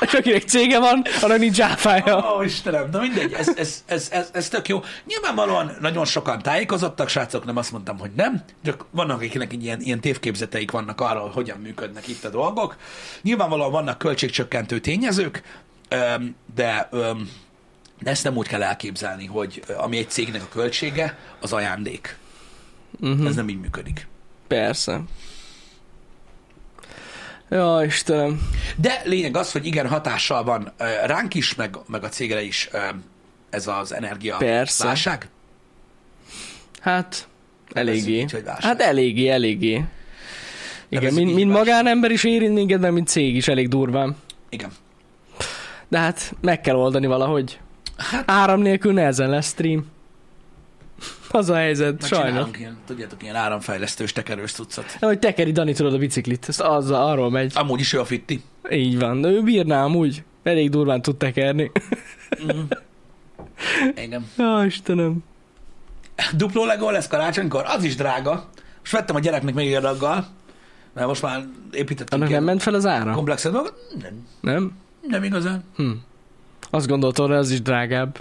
[SPEAKER 2] És akinek cége van, annak nincs áfája.
[SPEAKER 1] Ó, Istenem, na mindegy, ez, ez, ez, ez, ez tök jó. Nyilvánvalóan nagyon sokan tájékozottak, srácok, nem azt mondtam, hogy nem, csak vannak, akiknek így ilyen, ilyen tévképzeteik vannak arról, hogy hogyan működnek itt a dolgok. Nyilvánvalóan vannak költségcsökkentő tényezők, öm, de öm, de ezt nem úgy kell elképzelni, hogy ö, ami egy cégnek a költsége, az ajándék.
[SPEAKER 2] Mhm.
[SPEAKER 1] Ez nem így működik.
[SPEAKER 2] Persze. Ja, Istenem.
[SPEAKER 1] De lényeg az, hogy igen, hatással van ö, ránk is, meg, meg a cégre is ö, ez az energia
[SPEAKER 2] Persze.
[SPEAKER 1] válság.
[SPEAKER 2] Hát,
[SPEAKER 1] Nevezzük
[SPEAKER 2] eléggé.
[SPEAKER 1] így, hogy válság.
[SPEAKER 2] Hát eléggé, eléggé. Igen,
[SPEAKER 1] Nevezzük
[SPEAKER 2] mint,
[SPEAKER 1] így
[SPEAKER 2] mint
[SPEAKER 1] válság.
[SPEAKER 2] magánember is érint minket, de mint cég is elég durván.
[SPEAKER 1] Igen.
[SPEAKER 2] De hát meg kell oldani valahogy.
[SPEAKER 1] Hát-
[SPEAKER 2] Áram nélkül nehezen lesz stream. Az a helyzet,
[SPEAKER 1] Majd
[SPEAKER 2] sajnos.
[SPEAKER 1] csinálunk Ilyen, tudjátok, ilyen áramfejlesztős tekerős cuccot.
[SPEAKER 2] Nem, hogy tekeri Dani tudod a biciklit, ezt az, arról megy.
[SPEAKER 1] Amúgy is ő a fitti.
[SPEAKER 2] Így van, ő bírná amúgy. Elég durván tud tekerni.
[SPEAKER 1] Mhm. Engem.
[SPEAKER 2] Ja, Istenem.
[SPEAKER 1] Dupló legó lesz karácsonykor, az is drága. Most vettem a gyereknek még egy adaggal, mert most már építettünk
[SPEAKER 2] Annak nem ment fel az ára?
[SPEAKER 1] komplexet dolgot. Nem,
[SPEAKER 2] Nem?
[SPEAKER 1] nem igazán.
[SPEAKER 2] Hm. Azt gondoltam, hogy az is drágább.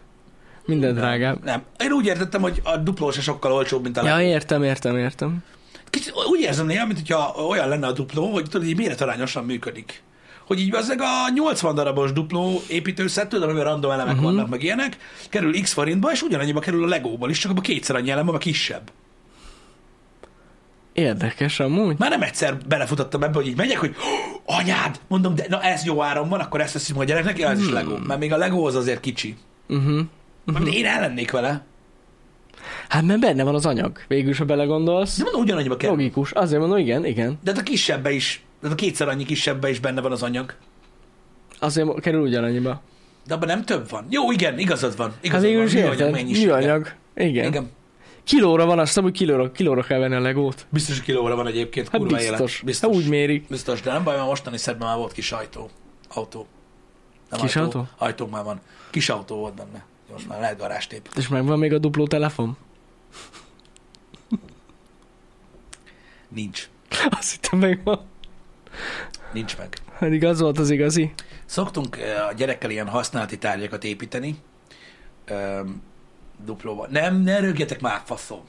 [SPEAKER 2] Minden drágább.
[SPEAKER 1] Nem. Én úgy értettem, hogy a dupló se sokkal olcsóbb, mint a
[SPEAKER 2] Ja,
[SPEAKER 1] legó.
[SPEAKER 2] értem, értem, értem.
[SPEAKER 1] Kicsit úgy érzem néha, mint hogyha olyan lenne a dupló, hogy tudod, így méretarányosan működik. Hogy így az a 80 darabos dupló építőszett, tudom, amiben random elemek uh-huh. vannak, meg ilyenek, kerül x forintba, és ugyanannyiba kerül a legóból is, csak abban kétszer annyi elem, van, a kisebb.
[SPEAKER 2] Érdekes amúgy.
[SPEAKER 1] Már nem egyszer belefutottam ebbe, hogy így megyek, hogy "Hú, anyád, mondom, de na ez jó áron van, akkor ezt veszünk a gyereknek, ja, ez is Lego. Mert még a Lego az azért kicsi.
[SPEAKER 2] Uh-huh.
[SPEAKER 1] Mert én ellennék vele.
[SPEAKER 2] Hát mert benne van az anyag. Végül, ha belegondolsz.
[SPEAKER 1] De mondom, ugyanannyiba kell.
[SPEAKER 2] Logikus. Azért mondom, igen, igen.
[SPEAKER 1] De hát a kisebbe is, de hát a kétszer annyi kisebbe is benne van az anyag.
[SPEAKER 2] Azért mo- kerül ugyanannyiba.
[SPEAKER 1] De abban nem több van. Jó, igen, igazad van.
[SPEAKER 2] Hát
[SPEAKER 1] Igazad
[SPEAKER 2] végül
[SPEAKER 1] van.
[SPEAKER 2] is érted.
[SPEAKER 1] mennyisége.
[SPEAKER 2] Műanyag. Igen. igen.
[SPEAKER 1] Igen.
[SPEAKER 2] Kilóra van, azt hiszem, hogy kilóra, kilóra kell venni a legót.
[SPEAKER 1] Biztos, hogy kilóra van egyébként.
[SPEAKER 2] Hát
[SPEAKER 1] kurva
[SPEAKER 2] biztos.
[SPEAKER 1] Élet.
[SPEAKER 2] biztos. Hát
[SPEAKER 1] Biztos.
[SPEAKER 2] úgy mérik.
[SPEAKER 1] biztos, de nem baj, mert mostani szedben már volt kis ajtó. Autó. Nem
[SPEAKER 2] Kis autó?
[SPEAKER 1] Ajtó már van. Kis autó volt benne. Most már lehet garázstép.
[SPEAKER 2] És megvan még a dupló telefon?
[SPEAKER 1] Nincs.
[SPEAKER 2] Azt hittem meg van.
[SPEAKER 1] Nincs meg.
[SPEAKER 2] Hát igaz volt az igazi.
[SPEAKER 1] Szoktunk eh, a gyerekkel ilyen használati tárgyakat építeni. Öm, duplóval. Nem, ne rögjetek már, faszom.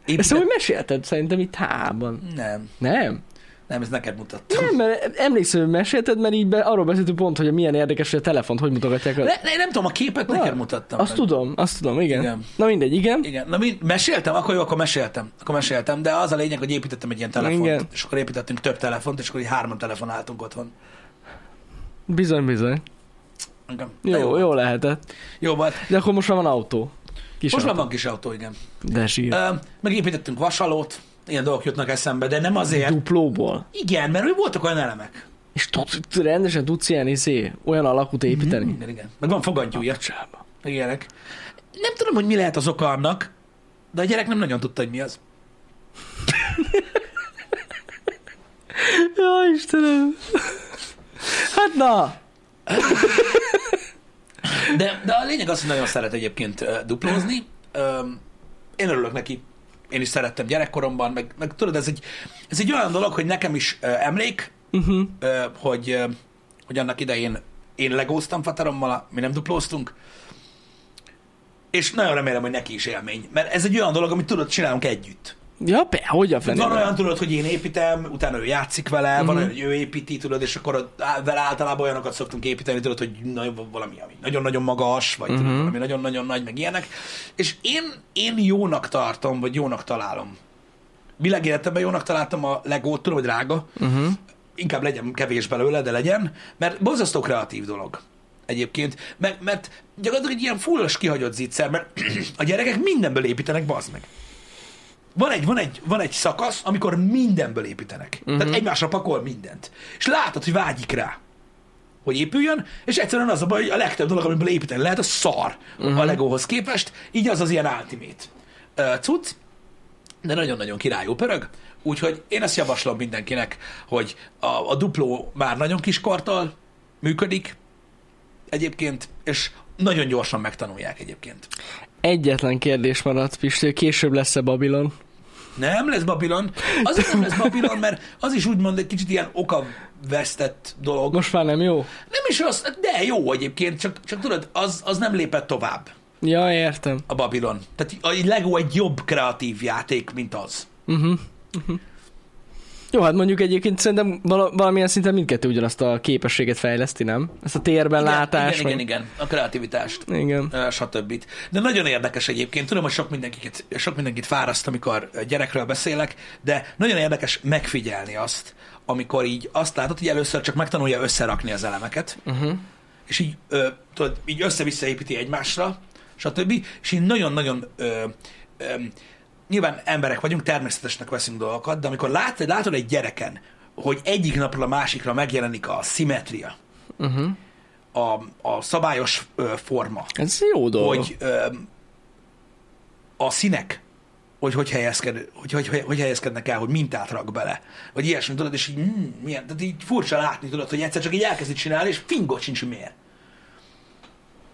[SPEAKER 2] Ezt
[SPEAKER 1] Építem...
[SPEAKER 2] amúgy mesélted szerintem itt hában.
[SPEAKER 1] Nem,
[SPEAKER 2] Nem?
[SPEAKER 1] nem, ez neked mutattam.
[SPEAKER 2] Nem, mert emlékszem, hogy mesélted, mert így be, arról beszéltünk pont, hogy milyen érdekes, hogy a telefont hogy mutogatják. A...
[SPEAKER 1] Ne, ne, nem tudom, a képet
[SPEAKER 2] Na,
[SPEAKER 1] neked mutattam.
[SPEAKER 2] Azt
[SPEAKER 1] meg.
[SPEAKER 2] tudom, azt tudom, igen.
[SPEAKER 1] Igen.
[SPEAKER 2] igen. Na mindegy, igen.
[SPEAKER 1] Igen, na mi meséltem? Akkor jó, akkor meséltem. Akkor meséltem, de az a lényeg, hogy építettem egy ilyen telefont, Igen.
[SPEAKER 2] Igen.
[SPEAKER 1] és akkor építettünk több telefont, és akkor így hárman telefonáltunk otthon.
[SPEAKER 2] Bizony, bizony.
[SPEAKER 1] Igen. De
[SPEAKER 2] Jó, jó,
[SPEAKER 1] volt.
[SPEAKER 2] jó lehetett.
[SPEAKER 1] jó volt.
[SPEAKER 2] De akkor most már van autó. Kis
[SPEAKER 1] Most már
[SPEAKER 2] autó.
[SPEAKER 1] van kis autó, igen.
[SPEAKER 2] De zsír.
[SPEAKER 1] Ö, meg építettünk vasalót, ilyen dolgok jutnak eszembe, de nem azért.
[SPEAKER 2] Duplóból.
[SPEAKER 1] Igen, mert úgy voltak olyan elemek.
[SPEAKER 2] És tud, tud- rendesen tudsz ilyen izé, olyan alakút építeni.
[SPEAKER 1] Igen, igen. Meg van fogadgyúja,
[SPEAKER 2] Csába.
[SPEAKER 1] meg ilyenek. Nem tudom, hogy mi lehet az oka annak, de a gyerek nem nagyon tudta, hogy mi az.
[SPEAKER 2] Ja, Istenem. Hát na,
[SPEAKER 1] De, de a lényeg az, hogy nagyon szeret egyébként ö, duplózni. Öm, Én örülök neki. Én is szerettem gyerekkoromban, meg, meg tudod, ez egy, ez egy olyan dolog, hogy nekem is ö, emlék,
[SPEAKER 2] uh-huh.
[SPEAKER 1] ö, hogy, ö, hogy annak idején én legóztam faterommal, mi nem duplóztunk, és nagyon remélem, hogy neki is élmény, mert ez egy olyan dolog, amit tudod, csinálunk együtt.
[SPEAKER 2] Ja, be, hogy a
[SPEAKER 1] Tehát van
[SPEAKER 2] fenébe?
[SPEAKER 1] olyan, tudod, hogy én építem, utána ő játszik vele, mm-hmm. van olyan, hogy ő építi, tudod, és akkor a- á- vele általában olyanokat szoktunk építeni, tudod, hogy na- valami, ami nagyon-nagyon magas, vagy mm-hmm. tudod, valami nagyon-nagyon nagy, meg ilyenek. És én, én jónak tartom, vagy jónak találom. Világéletemben jónak találtam a legót, tudom, hogy drága. Mm-hmm. Inkább legyen kevés belőle, de legyen, mert borzasztó kreatív dolog egyébként, mert, mert gyakorlatilag egy ilyen fullos kihagyott zicser, mert a gyerekek mindenből építenek, bazd meg. Van egy, van, egy, van egy szakasz, amikor mindenből építenek. Uh-huh. Tehát egymásra pakol mindent. És látod, hogy vágyik rá, hogy épüljön, és egyszerűen az a baj, hogy a legtöbb dolog, amiből építeni lehet, az szar uh-huh. a Legóhoz képest. Így az az ilyen ultimate ö, cucc, de nagyon-nagyon királyú pörög. Úgyhogy én ezt javaslom mindenkinek, hogy a, a dupló már nagyon kiskorttal működik egyébként, és nagyon gyorsan megtanulják egyébként.
[SPEAKER 2] Egyetlen kérdés maradt, Pisti, hogy később lesz-e Babilon?
[SPEAKER 1] Nem lesz Babilon. Azért nem lesz Babilon, mert az is úgymond egy kicsit ilyen okavesztett dolog.
[SPEAKER 2] Most már nem jó?
[SPEAKER 1] Nem is rossz, de jó egyébként, csak, csak tudod, az, az nem lépett tovább
[SPEAKER 2] Ja, értem.
[SPEAKER 1] a Babilon. Tehát a Lego egy jobb kreatív játék, mint az.
[SPEAKER 2] Jó, hát mondjuk egyébként szerintem vala- valamilyen szinten mindkettő ugyanazt a képességet fejleszti, nem? Ezt a térben
[SPEAKER 1] Igen,
[SPEAKER 2] látás.
[SPEAKER 1] igen, igen, igen, a kreativitást.
[SPEAKER 2] igen. igen.
[SPEAKER 1] ö, stb. De nagyon érdekes egyébként, tudom, hogy sok mindenkit, sok mindenkit fáraszt, amikor ö, gyerekről beszélek, de nagyon érdekes megfigyelni azt, amikor így azt látod, hogy először csak megtanulja összerakni az elemeket, uh-huh. és így, ö, tudod, így össze-vissza építi egymásra, stb. És így nagyon-nagyon ö, ö, nyilván emberek vagyunk, természetesnek veszünk dolgokat, de amikor látod, látod egy gyereken, hogy egyik napról a másikra megjelenik a szimetria,
[SPEAKER 2] Uh-huh.
[SPEAKER 1] a, a szabályos ö, forma,
[SPEAKER 2] Ez jó dolog.
[SPEAKER 1] hogy ö, a színek, hogy hogy, helyezked, hogy, hogy, hogy, hogy helyezkednek el, hogy mintát rak bele, vagy ilyesmi, tudod, és így, mm, milyen, tehát így furcsa látni, tudod, hogy egyszer csak így elkezdi csinálni, és fingot sincs, hogy miért.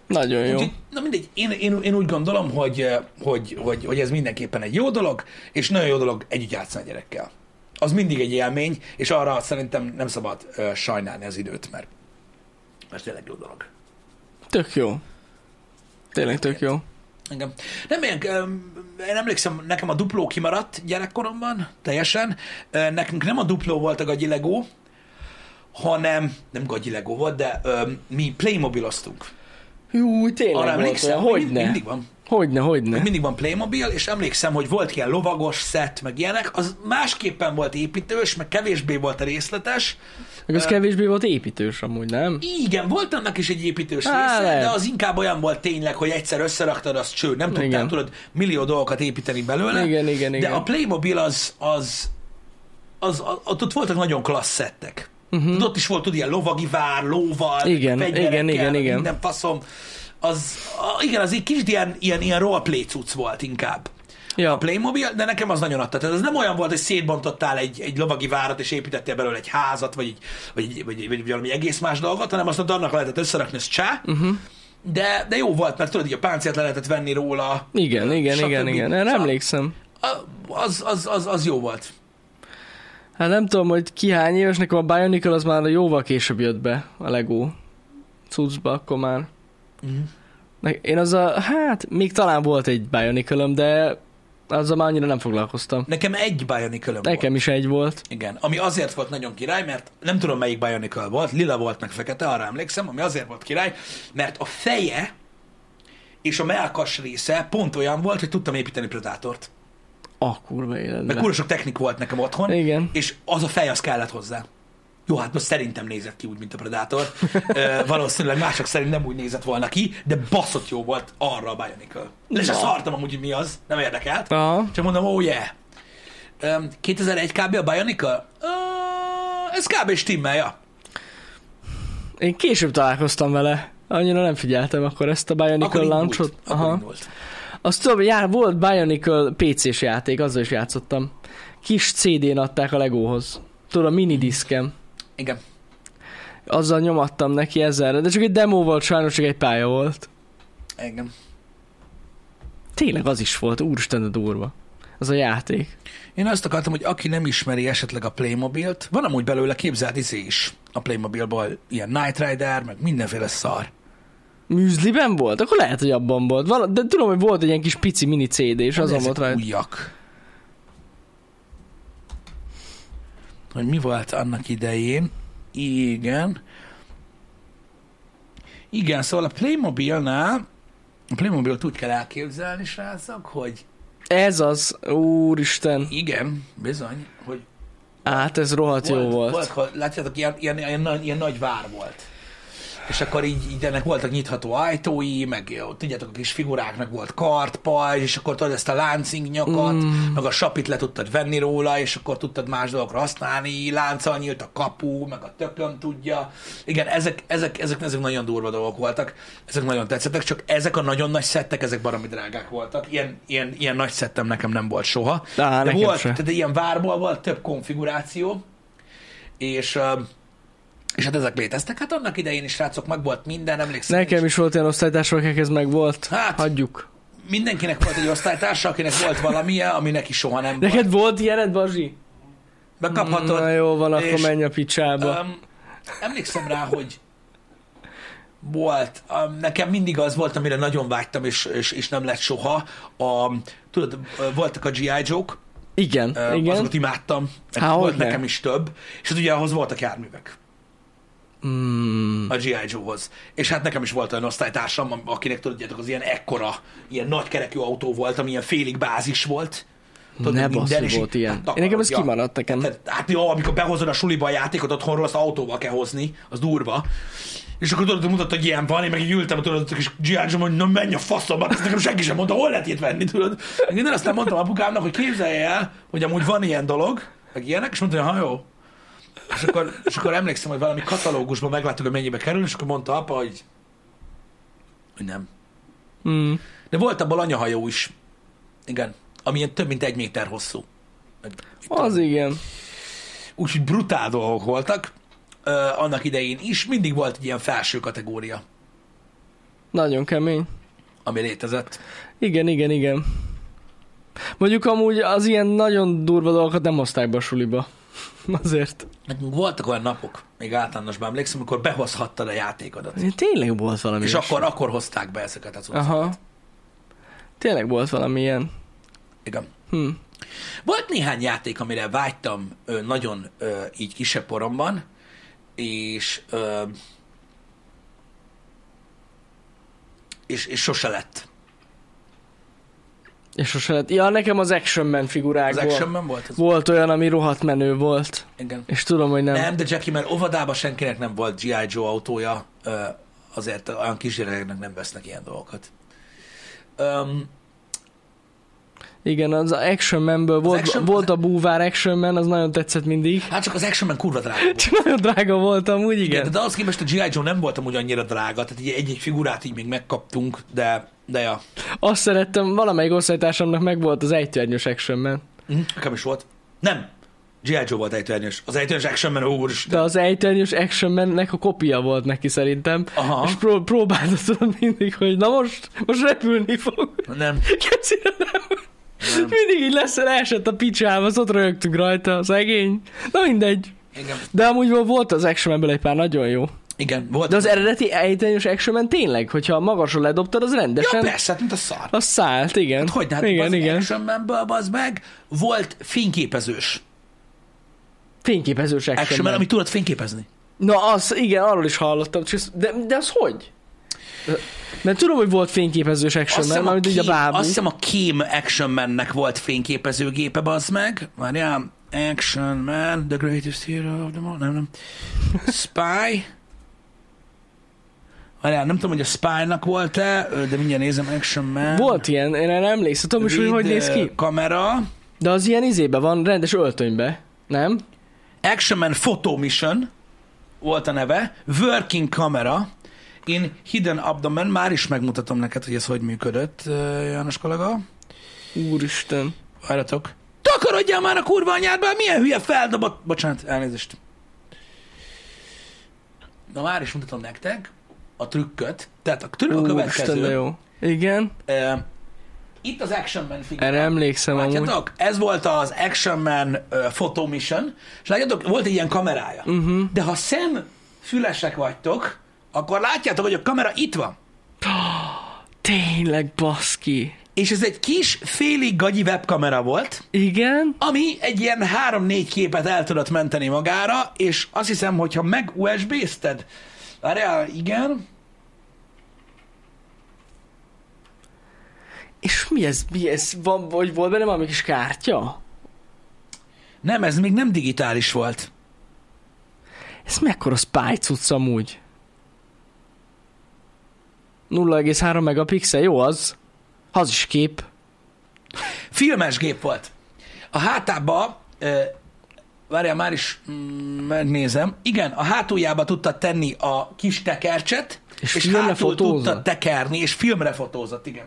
[SPEAKER 2] Nagyon jó.
[SPEAKER 1] Úgyhogy, na mindegy, én, én, én úgy gondolom, hogy, eh, hogy, hogy, hogy ez mindenképpen egy jó dolog, és nagyon jó dolog együtt játszani a gyerekkel. Az mindig egy élmény, és arra szerintem nem szabad ö, sajnálni az időt, mert, mert tényleg jó dolog.
[SPEAKER 2] Tök jó. Tényleg tök jó.
[SPEAKER 1] Igen. Nem ilyen, öm, én emlékszem, nekem a dupló kimaradt gyerekkoromban, teljesen. Ö, Nekünk nem a dupló volt a gagyi legó, hanem, nem gagyi legó volt, de öm, mi playmobiloztunk.
[SPEAKER 2] Jú, tényleg
[SPEAKER 1] Arra
[SPEAKER 2] volt
[SPEAKER 1] emlékszem,
[SPEAKER 2] olyan. Hogyne.
[SPEAKER 1] mindig, mindig van.
[SPEAKER 2] Hogyne, hogyne.
[SPEAKER 1] Mindig van Playmobil, és emlékszem, hogy volt ilyen lovagos szett, meg ilyenek, az másképpen volt építős, meg kevésbé volt részletes.
[SPEAKER 2] Meg az kevésbé volt építős amúgy, nem?
[SPEAKER 1] Igen, volt annak is egy építős
[SPEAKER 2] Á,
[SPEAKER 1] része,
[SPEAKER 2] lehet.
[SPEAKER 1] de az inkább olyan volt tényleg, hogy egyszer összeraktad, az cső, nem tudtál,
[SPEAKER 2] Igen.
[SPEAKER 1] tudod, millió dolgokat építeni belőle.
[SPEAKER 2] Igen, igen,
[SPEAKER 1] de
[SPEAKER 2] igen.
[SPEAKER 1] a Playmobil az, az, az, az ott, ott voltak nagyon klassz szettek. Uh-huh. Ott is volt, tudod, ilyen lovagi vár, lóval,
[SPEAKER 2] Mhm. Igen,
[SPEAKER 1] fegyverekkel,
[SPEAKER 2] igen, igen, igen.
[SPEAKER 1] minden faszom. Az, a, igen, az egy kicsit ilyen, ilyen, ilyen roleplay cucc volt inkább.
[SPEAKER 2] Ja.
[SPEAKER 1] A Playmobil, de nekem az nagyon adta. Tehát ez nem olyan volt, hogy szétbontottál egy, egy lovagi várat, és építettél belőle egy házat, vagy, egy, vagy, egy- vagy, vagy valami egész más dolgot, hanem azt annak lehetett összerakni, az csá. Uh-huh. De, de jó volt, mert tudod, így a páncélt le lehetett venni róla.
[SPEAKER 2] Igen, igen,
[SPEAKER 1] stb.
[SPEAKER 2] igen, igen. Erre
[SPEAKER 1] Szóval
[SPEAKER 2] emlékszem.
[SPEAKER 1] a- Az, az, az, az jó volt.
[SPEAKER 2] Hát nem tudom, hogy ki hány éves, nekem a Bionicle az már jóval később jött be, a Lego cuccba, akkor már.
[SPEAKER 1] Mm.
[SPEAKER 2] Ne- Én az a, hát még talán volt egy bionicle de azzal már annyira nem foglalkoztam.
[SPEAKER 1] Nekem egy bionicle volt.
[SPEAKER 2] Nekem is egy volt.
[SPEAKER 1] Igen, ami azért volt nagyon király, mert nem tudom melyik Bionicle volt, lila volt meg fekete, arra emlékszem, ami azért volt király, mert a feje és a melkas része pont olyan volt, hogy tudtam építeni Predátort.
[SPEAKER 2] A kurva
[SPEAKER 1] Meg
[SPEAKER 2] életben.
[SPEAKER 1] kurva sok technik volt nekem otthon,
[SPEAKER 2] Igen.
[SPEAKER 1] és az a fej az kellett hozzá. Jó, hát most szerintem nézett ki úgy, mint a Predator. Ö, valószínűleg mások szerint nem úgy nézett volna ki, de baszott jó volt arra a Bionicle. Le se
[SPEAKER 2] Na.
[SPEAKER 1] szartam amúgy, hogy mi az, nem érdekelt.
[SPEAKER 2] Aha.
[SPEAKER 1] Csak mondom, oh yeah. Öm, 2001 kb. a Bionicle? Ö, ez kb. stimmel, ja.
[SPEAKER 2] Én később találkoztam vele. Annyira nem figyeltem akkor ezt a
[SPEAKER 1] Akkor
[SPEAKER 2] Bionicle
[SPEAKER 1] indult.
[SPEAKER 2] launchot.
[SPEAKER 1] Akkor indult.
[SPEAKER 2] Azt tudom, jár, volt Bionicle PC-s játék, azzal is játszottam. Kis CD-n adták a Legóhoz. Tudod, a minidiskem.
[SPEAKER 1] Igen.
[SPEAKER 2] Azzal nyomattam neki ezerre, de csak egy demo volt, sajnos csak egy pálya volt.
[SPEAKER 1] Igen.
[SPEAKER 2] Tényleg az is volt, úristen de durva. Az a játék.
[SPEAKER 1] Én azt akartam, hogy aki nem ismeri esetleg a Playmobilt, van amúgy belőle képzelt izé is a Playmobilból, ilyen Night Rider, meg mindenféle szar.
[SPEAKER 2] Műzliben volt? Akkor lehet, hogy abban volt. Val- de tudom, hogy volt egy ilyen kis pici mini CD, és azon
[SPEAKER 1] Ezek
[SPEAKER 2] volt rajta.
[SPEAKER 1] Újak. Hogy mi volt annak idején? Igen. Igen, szóval a Playmobilnál a Playmobilt úgy kell elképzelni, srácok, hogy
[SPEAKER 2] Ez az, úristen.
[SPEAKER 1] igen, bizony, hogy
[SPEAKER 2] Hát ez rohadt jó volt.
[SPEAKER 1] volt, volt látjátok, ilyen, ilyen, ilyen, nagy- ilyen nagy vár volt. És akkor így, így ennek voltak nyitható ajtói, meg jó, tudjátok, a kis figuráknak volt kartpajzs, és akkor tudod ezt a láncing nyakat, mm. meg a sapit le tudtad venni róla, és akkor tudtad más dolgokra használni, lánccal nyílt a kapu, meg a tököm tudja. Igen, ezek, ezek, ezek, ezek nagyon durva dolgok voltak, ezek nagyon tetszettek, csak ezek a nagyon nagy szettek, ezek baromi drágák voltak. Ilyen, ilyen, ilyen nagy szettem nekem nem volt soha.
[SPEAKER 2] Á,
[SPEAKER 1] De
[SPEAKER 2] nekem
[SPEAKER 1] volt,
[SPEAKER 2] se.
[SPEAKER 1] tehát ilyen várból volt több konfiguráció, és, ö, és hát ezek léteztek. Hát annak idején is, srácok, meg volt minden, emlékszem. én
[SPEAKER 2] Nekem
[SPEAKER 1] is.
[SPEAKER 2] is volt olyan osztálytársok, akik ez meg volt.
[SPEAKER 1] Hát.
[SPEAKER 2] Hagyjuk.
[SPEAKER 1] Mindenkinek volt egy osztálytársa, akinek volt valamilyen, ami neki soha nem volt.
[SPEAKER 2] Neked volt ilyened, Bazsi?
[SPEAKER 1] Bekaphatod.
[SPEAKER 2] Na jó, van, akkor
[SPEAKER 1] és,
[SPEAKER 2] menj a picsába.
[SPEAKER 1] Um, emlékszem rá, hogy volt, um, nekem mindig az volt, amire nagyon vágytam, és, és, és nem lett soha. A, tudod, voltak a G.I. Joe-k,
[SPEAKER 2] igen,
[SPEAKER 1] Ö,
[SPEAKER 2] igen.
[SPEAKER 1] azokat imádtam.
[SPEAKER 2] Há,
[SPEAKER 1] volt
[SPEAKER 2] hogyne.
[SPEAKER 1] nekem is több. És hát ugye ahhoz voltak járművek.
[SPEAKER 2] Mm,
[SPEAKER 1] a G.I. Joe-hoz. És hát nekem is volt olyan osztálytársam, am- akinek tudjátok, az ilyen ekkora, ilyen nagy kerekű autó volt, ami ilyen félig bázis volt.
[SPEAKER 2] ne
[SPEAKER 1] hogy
[SPEAKER 2] basszus
[SPEAKER 1] és
[SPEAKER 2] volt
[SPEAKER 1] így-
[SPEAKER 2] ilyen.
[SPEAKER 1] takarod,
[SPEAKER 2] Én nekem ez
[SPEAKER 1] ja.
[SPEAKER 2] kimaradt nekem.
[SPEAKER 1] Tehát, hát jó, amikor behozod a suliba a játékot otthonról, azt autóval kell hozni, az durva. És akkor tudod, hogy mutatta, hogy ilyen van, én meg így ültem, tudod, és Giancsom, hogy na menj a faszomba, ezt nekem senki sem mondta, hol lehet ilyet venni, tudod. Meg Minden aztán mondtam apukámnak, hogy képzelje el, hogy amúgy van ilyen dolog, meg ilyenek, és mondta, hogy ha jó. És akkor, és akkor emlékszem, hogy valami katalógusban megláttuk, hogy mennyibe kerül, és akkor mondta apa, hogy, hogy nem.
[SPEAKER 2] Mm.
[SPEAKER 1] De volt abban anyahajó is. Igen. Ami ilyen több mint egy méter hosszú. Meg-
[SPEAKER 2] Az igen.
[SPEAKER 1] Úgyhogy brutál dolgok voltak ö, annak idején is. Mindig volt egy ilyen felső kategória,
[SPEAKER 2] Nagyon kemény.
[SPEAKER 1] ami létezett.
[SPEAKER 2] Igen, igen, igen. Mondjuk amúgy az ilyen nagyon durva dolgokat nem hozták be a suliba. Azért.
[SPEAKER 1] Nekünk voltak olyan napok, még általánosban emlékszem, amikor behozhattad a játékodat.
[SPEAKER 2] Tényleg volt valami
[SPEAKER 1] És
[SPEAKER 2] ilyesmi.
[SPEAKER 1] akkor, akkor hozták be ezeket az utcát.
[SPEAKER 2] Aha. Tényleg volt valami ilyen.
[SPEAKER 1] Igen.
[SPEAKER 2] Hm.
[SPEAKER 1] Volt néhány játék, amire vágytam ö, nagyon ö, így kisebb koromban, és, ö, és, és sose lett.
[SPEAKER 2] És sose lett. Ja, nekem az Action Man
[SPEAKER 1] Az
[SPEAKER 2] figurákból.
[SPEAKER 1] action volt az?
[SPEAKER 2] Volt olyan, ami rohadt menő volt.
[SPEAKER 1] Igen.
[SPEAKER 2] És tudom, hogy nem.
[SPEAKER 1] Nem, de Jackie, mert óvodában senkinek nem volt G.I. Joe autója, ö, azért olyan kisgyerekeknek nem vesznek ilyen dolgokat. Um,
[SPEAKER 2] Igen, az Action Manből volt,
[SPEAKER 1] Action-
[SPEAKER 2] volt a búvár Action Man, az nagyon tetszett mindig.
[SPEAKER 1] hát csak az Action Man kurva drága volt.
[SPEAKER 2] Csak nagyon drága voltam, úgy igen.
[SPEAKER 1] De, de ahhoz képest a G.I. Joe nem voltam úgy annyira drága, tehát így egy-egy figurát így még megkaptunk, de, de ja.
[SPEAKER 2] Azt szerettem, valamelyik osztálytársamnak meg volt az egytörnyös Action Man.
[SPEAKER 1] Mhm, Nekem is volt. Nem. G.I. Joe volt ejtőernyős. Az ejtőernyős Action Man úr.
[SPEAKER 2] De az egytörnyös Action Mannek a kopia volt neki szerintem.
[SPEAKER 1] Aha.
[SPEAKER 2] És pró- próbálta tudod mindig, hogy na most, most repülni fog.
[SPEAKER 1] Nem.
[SPEAKER 2] Kecire nem.
[SPEAKER 1] Nem.
[SPEAKER 2] Mindig így lesz, leesett a picsába, az ott rögtünk rajta, szegény. Na mindegy.
[SPEAKER 1] Igen.
[SPEAKER 2] De amúgy volt az action ebből egy pár nagyon jó.
[SPEAKER 1] Igen, volt.
[SPEAKER 2] De az eredeti ejtelműs action man tényleg, hogyha magasra ledobtad, az
[SPEAKER 1] ja,
[SPEAKER 2] rendesen ja,
[SPEAKER 1] persze, hát mint a szar.
[SPEAKER 2] az szállt, igen.
[SPEAKER 1] Hát hogy, de hát
[SPEAKER 2] igen,
[SPEAKER 1] az
[SPEAKER 2] igen.
[SPEAKER 1] Action Man-ből, bazd meg, volt fényképezős.
[SPEAKER 2] Fényképezős action,
[SPEAKER 1] Action Man,
[SPEAKER 2] man.
[SPEAKER 1] amit tudod fényképezni.
[SPEAKER 2] Na az, igen, arról is hallottam, csak- de, de az hogy? Mert tudom, hogy volt fényképezős action
[SPEAKER 1] Azt
[SPEAKER 2] man,
[SPEAKER 1] hiszem, a
[SPEAKER 2] mármint így a
[SPEAKER 1] Kém-
[SPEAKER 2] bábú.
[SPEAKER 1] azt hiszem a Kém Action Man-nek volt fényképezőgépe, bazd meg. Várjál, Action Man, the greatest hero of them all. Nem, nem. Spy. Várjál, nem tudom, hogy a Spy-nak volt-e, de mindjárt nézem, Action Man.
[SPEAKER 2] Volt ilyen, én erre emlékszem, tudom is, hogy
[SPEAKER 1] Read,
[SPEAKER 2] hogy néz
[SPEAKER 1] eh,
[SPEAKER 2] ki.
[SPEAKER 1] Kamera.
[SPEAKER 2] De az ilyen izébe van, rendes öltönybe, nem?
[SPEAKER 1] Action Man Photo Mission volt a neve, Working Camera, in Hidden Abdomen, már is megmutatom neked, hogy ez hogy működött, ö, János kollega.
[SPEAKER 2] Úristen.
[SPEAKER 1] Várjatok. Takarodjál már a kurva anyádba, milyen hülye feldobott... Bocsánat, elnézést. Na már is mutatom nektek a trükköt. Tehát a trükk a
[SPEAKER 2] Úristen, de
[SPEAKER 1] következő.
[SPEAKER 2] jó. Igen,
[SPEAKER 1] Ö, Itt az Action Man figura.
[SPEAKER 2] erre emlékszem amúgy.
[SPEAKER 1] Látjátok? Ez volt az Action Man uh, Photo Mission, és látjátok, volt egy ilyen kamerája.
[SPEAKER 2] Mhm.
[SPEAKER 1] Uh-huh. De ha szem fülesek vagytok, akkor látjátok, hogy a kamera itt van.
[SPEAKER 2] Tényleg baszki.
[SPEAKER 1] És ez egy kis, félig gagyi webkamera volt,
[SPEAKER 2] Igen?
[SPEAKER 1] ami egy ilyen 3-4 képet el tudott menteni magára, és azt hiszem, hogyha meg USB-zted, várjál, igen,
[SPEAKER 2] És mi ez? Mi ez? Van, vagy volt benne valami kis kártya?
[SPEAKER 1] nem, ez még nem digitális volt.
[SPEAKER 2] Ez mekkora spy cucc amúgy? 0,3 megapixel, jó az. Az is kép.
[SPEAKER 1] Filmes gép volt. A hátába, ö, várjál, már is mm, megnézem. Igen, a hátuljába tudta tenni a kis tekercset,
[SPEAKER 2] És
[SPEAKER 1] és, és
[SPEAKER 2] filmre
[SPEAKER 1] hátul
[SPEAKER 2] fotózott?
[SPEAKER 1] tudta tekerni, és filmre fotózott, igen.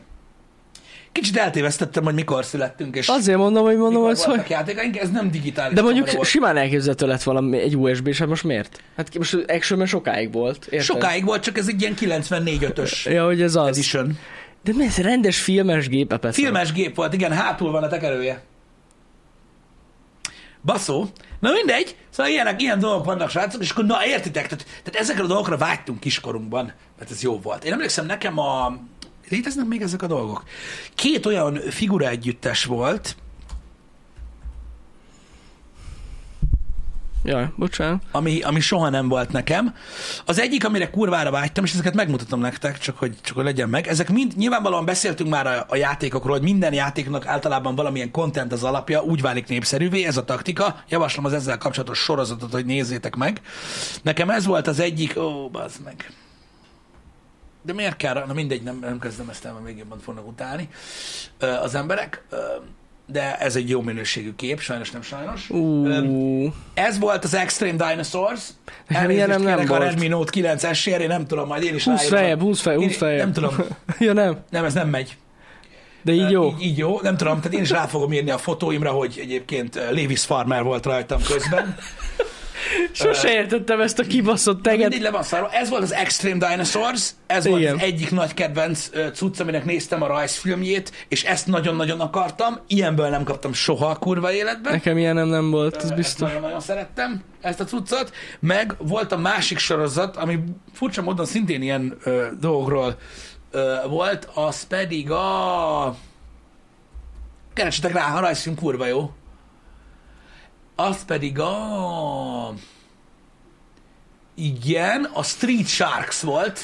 [SPEAKER 1] Kicsit eltévesztettem, hogy mikor születtünk, és
[SPEAKER 2] Azért mondom, hogy mondom,
[SPEAKER 1] mikor
[SPEAKER 2] hogy
[SPEAKER 1] voltak
[SPEAKER 2] hogy...
[SPEAKER 1] játékaink, ez nem digitális
[SPEAKER 2] De mondjuk
[SPEAKER 1] kamera volt.
[SPEAKER 2] simán elképzelhető lett valami egy USB, sem most miért? Hát ki- most action Man sokáig volt. Érted?
[SPEAKER 1] Sokáig volt, csak ez egy ilyen 94-5-ös
[SPEAKER 2] Ja, hogy ez az.
[SPEAKER 1] edition.
[SPEAKER 2] De mi ez rendes filmes gép? Persze.
[SPEAKER 1] Filmes gép volt, igen, hátul van a tekerője. Baszó. Na mindegy, szóval ilyenek, ilyen dolgok vannak, srácok, és akkor na értitek, tehát, tehát ezekre a dolgokra vágytunk kiskorunkban, mert ez jó volt. Én emlékszem, nekem a... Léteznek még ezek a dolgok? Két olyan figura együttes volt,
[SPEAKER 2] Jaj, bocsánat.
[SPEAKER 1] ami, ami soha nem volt nekem. Az egyik, amire kurvára vágytam, és ezeket megmutatom nektek, csak hogy, csak hogy legyen meg. Ezek mind, nyilvánvalóan beszéltünk már a, a játékokról, hogy minden játéknak általában valamilyen content az alapja, úgy válik népszerűvé, ez a taktika. Javaslom az ezzel kapcsolatos sorozatot, hogy nézzétek meg. Nekem ez volt az egyik, ó, bazd meg. De miért kell, na mindegy, nem, nem kezdem ezt el, mert még jobban fognak utálni ö, az emberek. Ö, De ez egy jó minőségű kép, sajnos nem sajnos. Ö,
[SPEAKER 2] Ú,
[SPEAKER 1] ez volt az Extreme Dinosaurs. Elnézést
[SPEAKER 2] Hát Ilyen nem
[SPEAKER 1] nem kérek a
[SPEAKER 2] volt.
[SPEAKER 1] Redmi Note 9 s én nem tudom, majd én is
[SPEAKER 2] 20
[SPEAKER 1] ráírok.
[SPEAKER 2] fejebb, 20 fejebb,
[SPEAKER 1] Én-
[SPEAKER 2] 20 fejebb.
[SPEAKER 1] Nem tudom,
[SPEAKER 2] ja nem,
[SPEAKER 1] nem, ez nem megy.
[SPEAKER 2] de így jó.
[SPEAKER 1] Így, így jó, nem tudom, tehát én is rá fogom írni a fotóimra, hogy egyébként eh, Lewis Farmer volt rajtam közben.
[SPEAKER 2] Sose értettem ezt a kibaszott teget.
[SPEAKER 1] Mindegy, le van szarva. Ez volt az Extreme Dinosaurs, ez volt
[SPEAKER 2] Igen.
[SPEAKER 1] az egyik nagy kedvenc ö, cucc, aminek néztem a rajzfilmjét, és ezt nagyon-nagyon akartam. Ilyenből nem kaptam soha a kurva életben.
[SPEAKER 2] Nekem ilyen nem, nem volt, Hát, ez
[SPEAKER 1] Ezt
[SPEAKER 2] biztos.
[SPEAKER 1] Nagyon-nagyon szerettem ezt a cuccot. Meg volt a másik sorozat, ami furcsa módon szintén ilyen ö, dolgokról ö, volt, az pedig a... Keresetek rá, ha rajzfilm kurva jó. Az pedig a... Igen, a Street Sharks volt,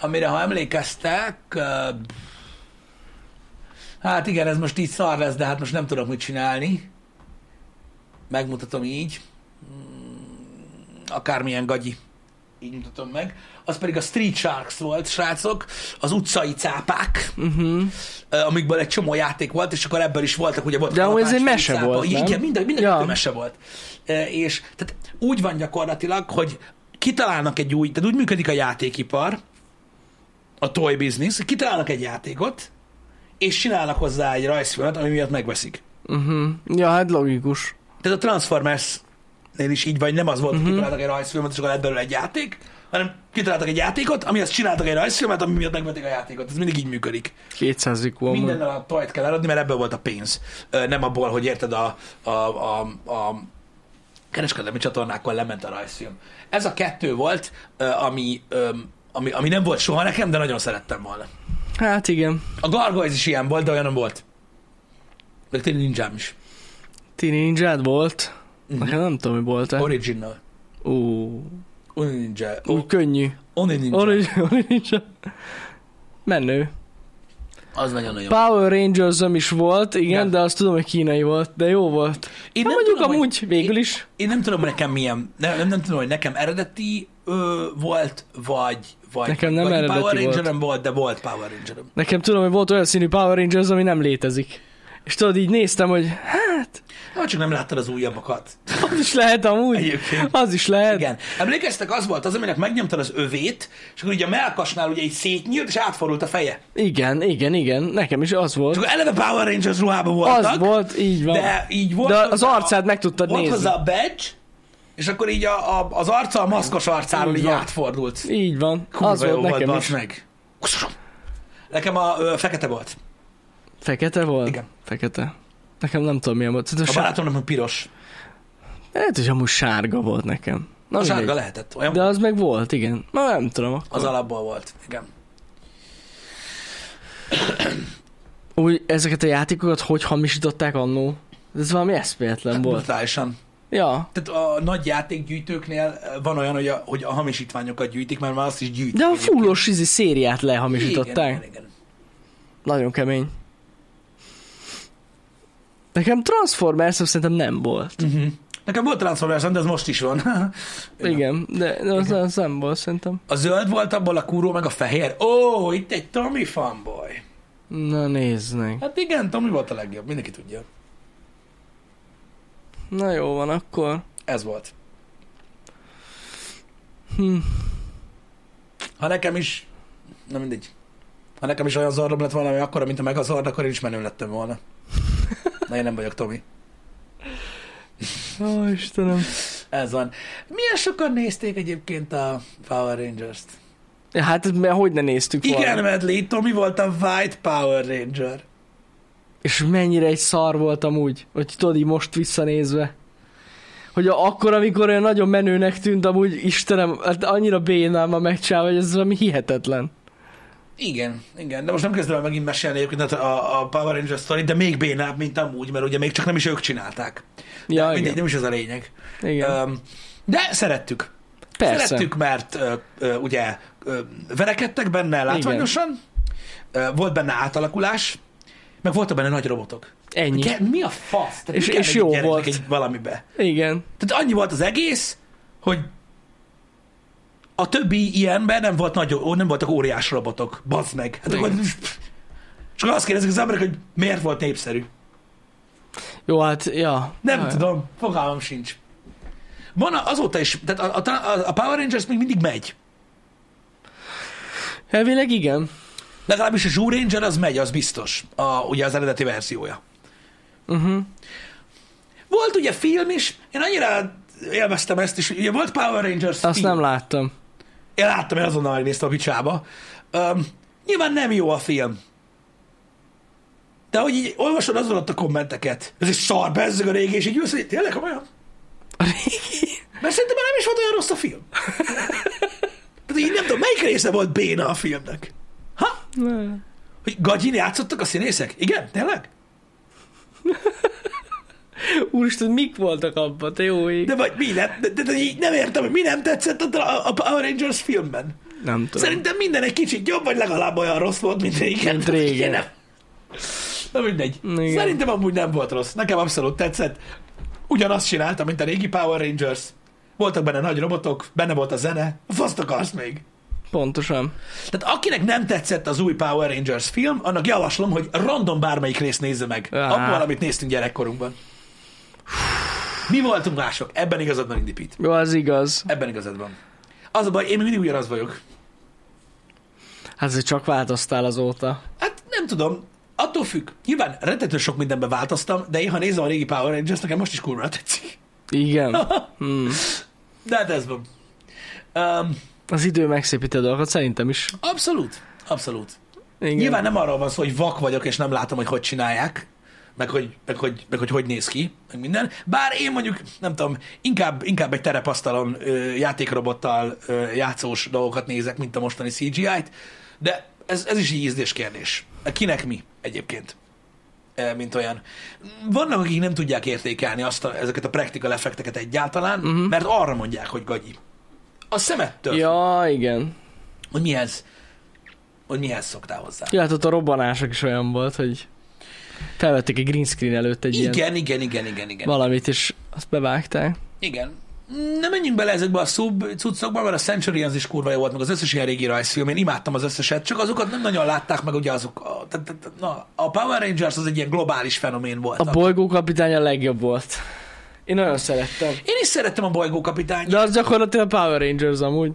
[SPEAKER 1] amire ha emlékeztek, ö, hát igen, ez most így szar lesz, de hát most nem tudok mit csinálni megmutatom így, Mm, akármilyen gagyi, így mutatom meg. Az pedig a Street Sharks volt, srácok, az utcai cápák,
[SPEAKER 2] Uh-huh.
[SPEAKER 1] ö, amikből egy csomó játék volt, és akkor ebből is voltak, ugye volt
[SPEAKER 2] De amúgy ez
[SPEAKER 1] kalapács,
[SPEAKER 2] egy mese
[SPEAKER 1] cápa.
[SPEAKER 2] volt, nem?
[SPEAKER 1] Igen, minden, minden
[SPEAKER 2] Ja.
[SPEAKER 1] ja. mese volt. Ö, És tehát úgy van gyakorlatilag, hogy kitalálnak egy új, tehát úgy működik a játékipar, a toy business, hogy kitalálnak egy játékot, és csinálnak hozzá egy rajzfilmet, ami miatt megveszik.
[SPEAKER 2] Uh-huh. Ja, hát logikus.
[SPEAKER 1] Tehát a Transformers-nél is így vagy, nem az volt, hogy uh-huh. kitaláltak egy rajzfilmet, és akkor lett belőle egy játék, hanem kitaláltak egy játékot, amihez csináltak egy rajzfilmet, ami miatt megvették a játékot. Ez mindig így működik.
[SPEAKER 2] 200 ikó.
[SPEAKER 1] Mindennel a tojt kell eladni, mert ebből volt a pénz. Ö, Nem abból, hogy érted a, a, a, a kereskedelmi csatornákon lement a rajzfilm. Ez a kettő volt, ö, ami, öm, ami, ami nem volt soha nekem, de nagyon szerettem volna.
[SPEAKER 2] Hát igen.
[SPEAKER 1] A Gargoyles is ilyen volt, de olyan nem volt. Meg tényleg ninjám is.
[SPEAKER 2] Ti ninjád volt? Nekem nem tudom, hogy volt-e.
[SPEAKER 1] Original.
[SPEAKER 2] Ó,
[SPEAKER 1] Oni ninja.
[SPEAKER 2] ú, könnyű.
[SPEAKER 1] Oni ninja.
[SPEAKER 2] Orange, orange. Menő.
[SPEAKER 1] Az nagyon-nagyon.
[SPEAKER 2] Power rangers is volt, igen,
[SPEAKER 1] Igen.
[SPEAKER 2] de azt tudom, hogy kínai volt, de jó volt.
[SPEAKER 1] Én
[SPEAKER 2] Én nem mondjuk
[SPEAKER 1] tudom,
[SPEAKER 2] amúgy,
[SPEAKER 1] hogy-
[SPEAKER 2] végül
[SPEAKER 1] én-
[SPEAKER 2] is.
[SPEAKER 1] Én nem tudom, hogy nekem milyen, nem, nem, nem tudom, hogy nekem eredeti ö, volt, vagy, vagy,
[SPEAKER 2] Nekem nem
[SPEAKER 1] vagy
[SPEAKER 2] eredeti
[SPEAKER 1] Power
[SPEAKER 2] volt.
[SPEAKER 1] Ranger-em volt, de volt Power Ranger-em.
[SPEAKER 2] Nekem tudom, hogy volt olyan színű Power Rangers, ami nem létezik. És tudod, így néztem, hogy hát,
[SPEAKER 1] Na, Hát, csak nem láttad az újabbakat.
[SPEAKER 2] az is lehet amúgy.
[SPEAKER 1] Egyébként.
[SPEAKER 2] Az is lehet.
[SPEAKER 1] Igen. Emlékeztek, az volt az, aminek megnyomtad az övét, és akkor ugye a melkasnál ugye így szétnyílt, és átfordult a feje.
[SPEAKER 2] igen, igen, igen. Nekem is az volt.
[SPEAKER 1] És akkor eleve Power Rangers ruhában voltak.
[SPEAKER 2] Az volt, így van.
[SPEAKER 1] De így volt
[SPEAKER 2] De
[SPEAKER 1] hozzá
[SPEAKER 2] az
[SPEAKER 1] a-
[SPEAKER 2] arcát meg tudtad
[SPEAKER 1] Volt
[SPEAKER 2] nézni.
[SPEAKER 1] hozzá a badge, és akkor így a, a, az arca a maszkos arcáról
[SPEAKER 2] Így
[SPEAKER 1] így
[SPEAKER 2] van.
[SPEAKER 1] átfordult.
[SPEAKER 2] Így van.
[SPEAKER 1] Kurva
[SPEAKER 2] az volt
[SPEAKER 1] jó
[SPEAKER 2] nekem
[SPEAKER 1] bassz
[SPEAKER 2] is.
[SPEAKER 1] meg. Nekem a ö, fekete volt.
[SPEAKER 2] Fekete volt?
[SPEAKER 1] Igen.
[SPEAKER 2] Fekete. Nekem nem tudom milyen volt.
[SPEAKER 1] A
[SPEAKER 2] Szerintem sár...
[SPEAKER 1] barátomnak meg piros.
[SPEAKER 2] Lehet, hogy amúgy sárga volt nekem. Na,
[SPEAKER 1] A sárga
[SPEAKER 2] mindegy.
[SPEAKER 1] lehetett. Olyan,
[SPEAKER 2] De az meg volt, igen. Na nem tudom. Akkor.
[SPEAKER 1] az alapból volt. Igen.
[SPEAKER 2] Úgy, ezeket a játékokat hogy hamisították annó? Ez valami eszméletlen volt.
[SPEAKER 1] Brutálisan.
[SPEAKER 2] Ja.
[SPEAKER 1] Tehát a nagy játékgyűjtőknél ö, van olyan, hogy a, hogy a hamisítványokat gyűjtik, mert már azt is gyűjtik.
[SPEAKER 2] De a
[SPEAKER 1] egyébként.
[SPEAKER 2] fullos izi szériát lehamisították.
[SPEAKER 1] Igen, igen, igen.
[SPEAKER 2] Nagyon kemény. Nekem Transformers szerintem nem volt.
[SPEAKER 1] Uh-huh. Nekem volt Transformers, de ez most is van. Igen.
[SPEAKER 2] Igen, de, de az, az nem volt szerintem.
[SPEAKER 1] A zöld volt abból a kúró, meg a fehér. Ó, itt egy Tommy fanboy.
[SPEAKER 2] Na nézd meg.
[SPEAKER 1] Hát igen, Tommy volt a legjobb, mindenki tudja.
[SPEAKER 2] Na jó van akkor.
[SPEAKER 1] Ez volt.
[SPEAKER 2] Hm.
[SPEAKER 1] Ha nekem is, na mindegy. Ha nekem is olyan zardom lett volna, ami akkora, mint a megazard, akkor én is menő lettem volna. Na én nem vagyok Tomi.
[SPEAKER 2] Ó, Istenem.
[SPEAKER 1] Ez van. Milyen sokan nézték egyébként a Power Rangers-t?
[SPEAKER 2] Ja, hát mert hogy ne néztük volna.
[SPEAKER 1] Igen, Medley, Tomi volt a White Power Ranger.
[SPEAKER 2] És mennyire egy szar volt amúgy, hogy tudod így most visszanézve. Hogy a- akkor, amikor olyan nagyon menőnek tűnt, amúgy Istenem, hát annyira bénám a megcsinálva, hogy ez valami hihetetlen.
[SPEAKER 1] Igen, igen, de most nem kezdem el megint mesélni egyébként a, a Power Ranger sztorit, de még bénább, mint amúgy, mert ugye még csak nem is ők csinálták.
[SPEAKER 2] Ja,
[SPEAKER 1] Mindegy,
[SPEAKER 2] igen.
[SPEAKER 1] nem is ez a lényeg.
[SPEAKER 2] igen.
[SPEAKER 1] Öm, de szerettük.
[SPEAKER 2] Persze.
[SPEAKER 1] Szerettük, mert ö, ö, ugye ö, verekedtek benne látványosan, ö, volt benne átalakulás, meg voltak benne nagy robotok.
[SPEAKER 2] Ennyi.
[SPEAKER 1] Ke- mi a fasz? Tehát
[SPEAKER 2] És-
[SPEAKER 1] mi kell
[SPEAKER 2] és
[SPEAKER 1] egy
[SPEAKER 2] jó
[SPEAKER 1] gyereknek
[SPEAKER 2] volt.
[SPEAKER 1] Egy valamibe.
[SPEAKER 2] Igen.
[SPEAKER 1] Tehát annyi volt az egész, hogy a többi ilyenben nem, volt nagy, ó, nem voltak óriás robotok. Bazd meg. Hát
[SPEAKER 2] Igen.
[SPEAKER 1] akkor, csak azt kérdezik az emberek, hogy miért volt népszerű.
[SPEAKER 2] Jó, hát, ja.
[SPEAKER 1] Nem
[SPEAKER 2] ja.
[SPEAKER 1] tudom, fogalmam sincs. Van a- azóta is, tehát a, a, a Power Rangers még mindig megy.
[SPEAKER 2] Elvileg igen.
[SPEAKER 1] Legalábbis a Zoo Ranger az megy, az biztos. A, ugye az eredeti verziója.
[SPEAKER 2] Uh-huh.
[SPEAKER 1] Volt ugye film is, én annyira élveztem ezt is, ugye volt Power Rangers
[SPEAKER 2] Azt
[SPEAKER 1] film.
[SPEAKER 2] nem láttam.
[SPEAKER 1] Én láttam, én azonnal megnéztem a picsába. Um, nyilván nem jó a film. De hogy így olvasod azon ott a kommenteket, ez egy szar, bezzeg a régi, és így ülsz, hogy tényleg olyan?
[SPEAKER 2] A régi.
[SPEAKER 1] Mert szerintem már nem is volt olyan rossz a film. Tehát így nem tudom, melyik része volt béna a filmnek? Ha? Hogy gagyin játszottak a színészek? Igen, tényleg?
[SPEAKER 2] Úristen, mik voltak abban, te jó ég.
[SPEAKER 1] De vagy mi nem, de, de, de így nem értem, hogy mi nem tetszett a, a, a Power Rangers filmben.
[SPEAKER 2] Nem tudom.
[SPEAKER 1] Szerintem minden egy kicsit jobb, vagy legalább olyan rossz volt, mint régen.
[SPEAKER 2] Mint régen.
[SPEAKER 1] Nem. Na mindegy.
[SPEAKER 2] Igen.
[SPEAKER 1] Igen. Szerintem amúgy nem volt rossz. Nekem abszolút tetszett. Ugyanazt csináltam, mint a régi Power Rangers. Voltak benne nagy robotok, benne volt a zene. Faszt akarsz még.
[SPEAKER 2] Pontosan.
[SPEAKER 1] Tehát akinek nem tetszett az új Power Rangers film, annak javaslom, hogy random bármelyik részt nézze meg.
[SPEAKER 2] Á.
[SPEAKER 1] Abból, amit néztünk gyerekkorunkban. Mi voltunk mások. Ebben igazad van, Indipít.
[SPEAKER 2] Jó, az igaz.
[SPEAKER 1] Ebben igazad van. Az a baj, én még mindig ugyanaz vagyok.
[SPEAKER 2] Hát azért csak változtál azóta.
[SPEAKER 1] Hát nem tudom, attól függ. Nyilván rettető sok mindenben változtam, de én, ha nézem a régi Power Rangers, nekem most is kurva tetszik.
[SPEAKER 2] Igen. Hmm.
[SPEAKER 1] De hát ez van. Um,
[SPEAKER 2] Az idő megszépíti a dolgot, szerintem is.
[SPEAKER 1] Abszolút, abszolút.
[SPEAKER 2] Igen.
[SPEAKER 1] Igen. Nyilván nem arról van szó, hogy vak vagyok, és nem látom, hogy hogy csinálják, meg hogy meg hogy, meg hogy, hogy néz ki, meg minden. Bár én mondjuk, nem tudom, inkább, inkább egy terepasztalon ö, játékrobottal ö, játszós dolgokat nézek, mint a mostani CGI-t, de ez, ez is így ízlés kérdés. Kinek mi egyébként? Ö, mint olyan. Vannak, akik nem tudják értékelni azt a, ezeket a practical effekteket egyáltalán, uh-huh. mert arra mondják, hogy gagyi. A szemettől, ja.
[SPEAKER 2] Ja, igen.
[SPEAKER 1] hogy mihez, hogy mihez szoktál hozzá.
[SPEAKER 2] Ja, hát ott a robbanások is olyan volt, hogy felvették egy green screen előtt egy ilyen
[SPEAKER 1] Igen, igen, igen, igen, igen.
[SPEAKER 2] valamit, és azt bevágták.
[SPEAKER 1] Igen. Nem menjünk bele ezekbe a szub cuccokba, mert a Centurions is kurva jó volt, meg az összes ilyen régi rajzfilm, én imádtam az összeset, csak azokat nem nagyon látták meg, ugye azok, a, tehát- tehát- na, a Power Rangers az egy ilyen globális fenomén volt.
[SPEAKER 2] A bolygókapitány a legjobb volt. Én nagyon szerettem.
[SPEAKER 1] én is szerettem a bolygókapitányt,
[SPEAKER 2] De az gyakorlatilag a Power Rangers amúgy.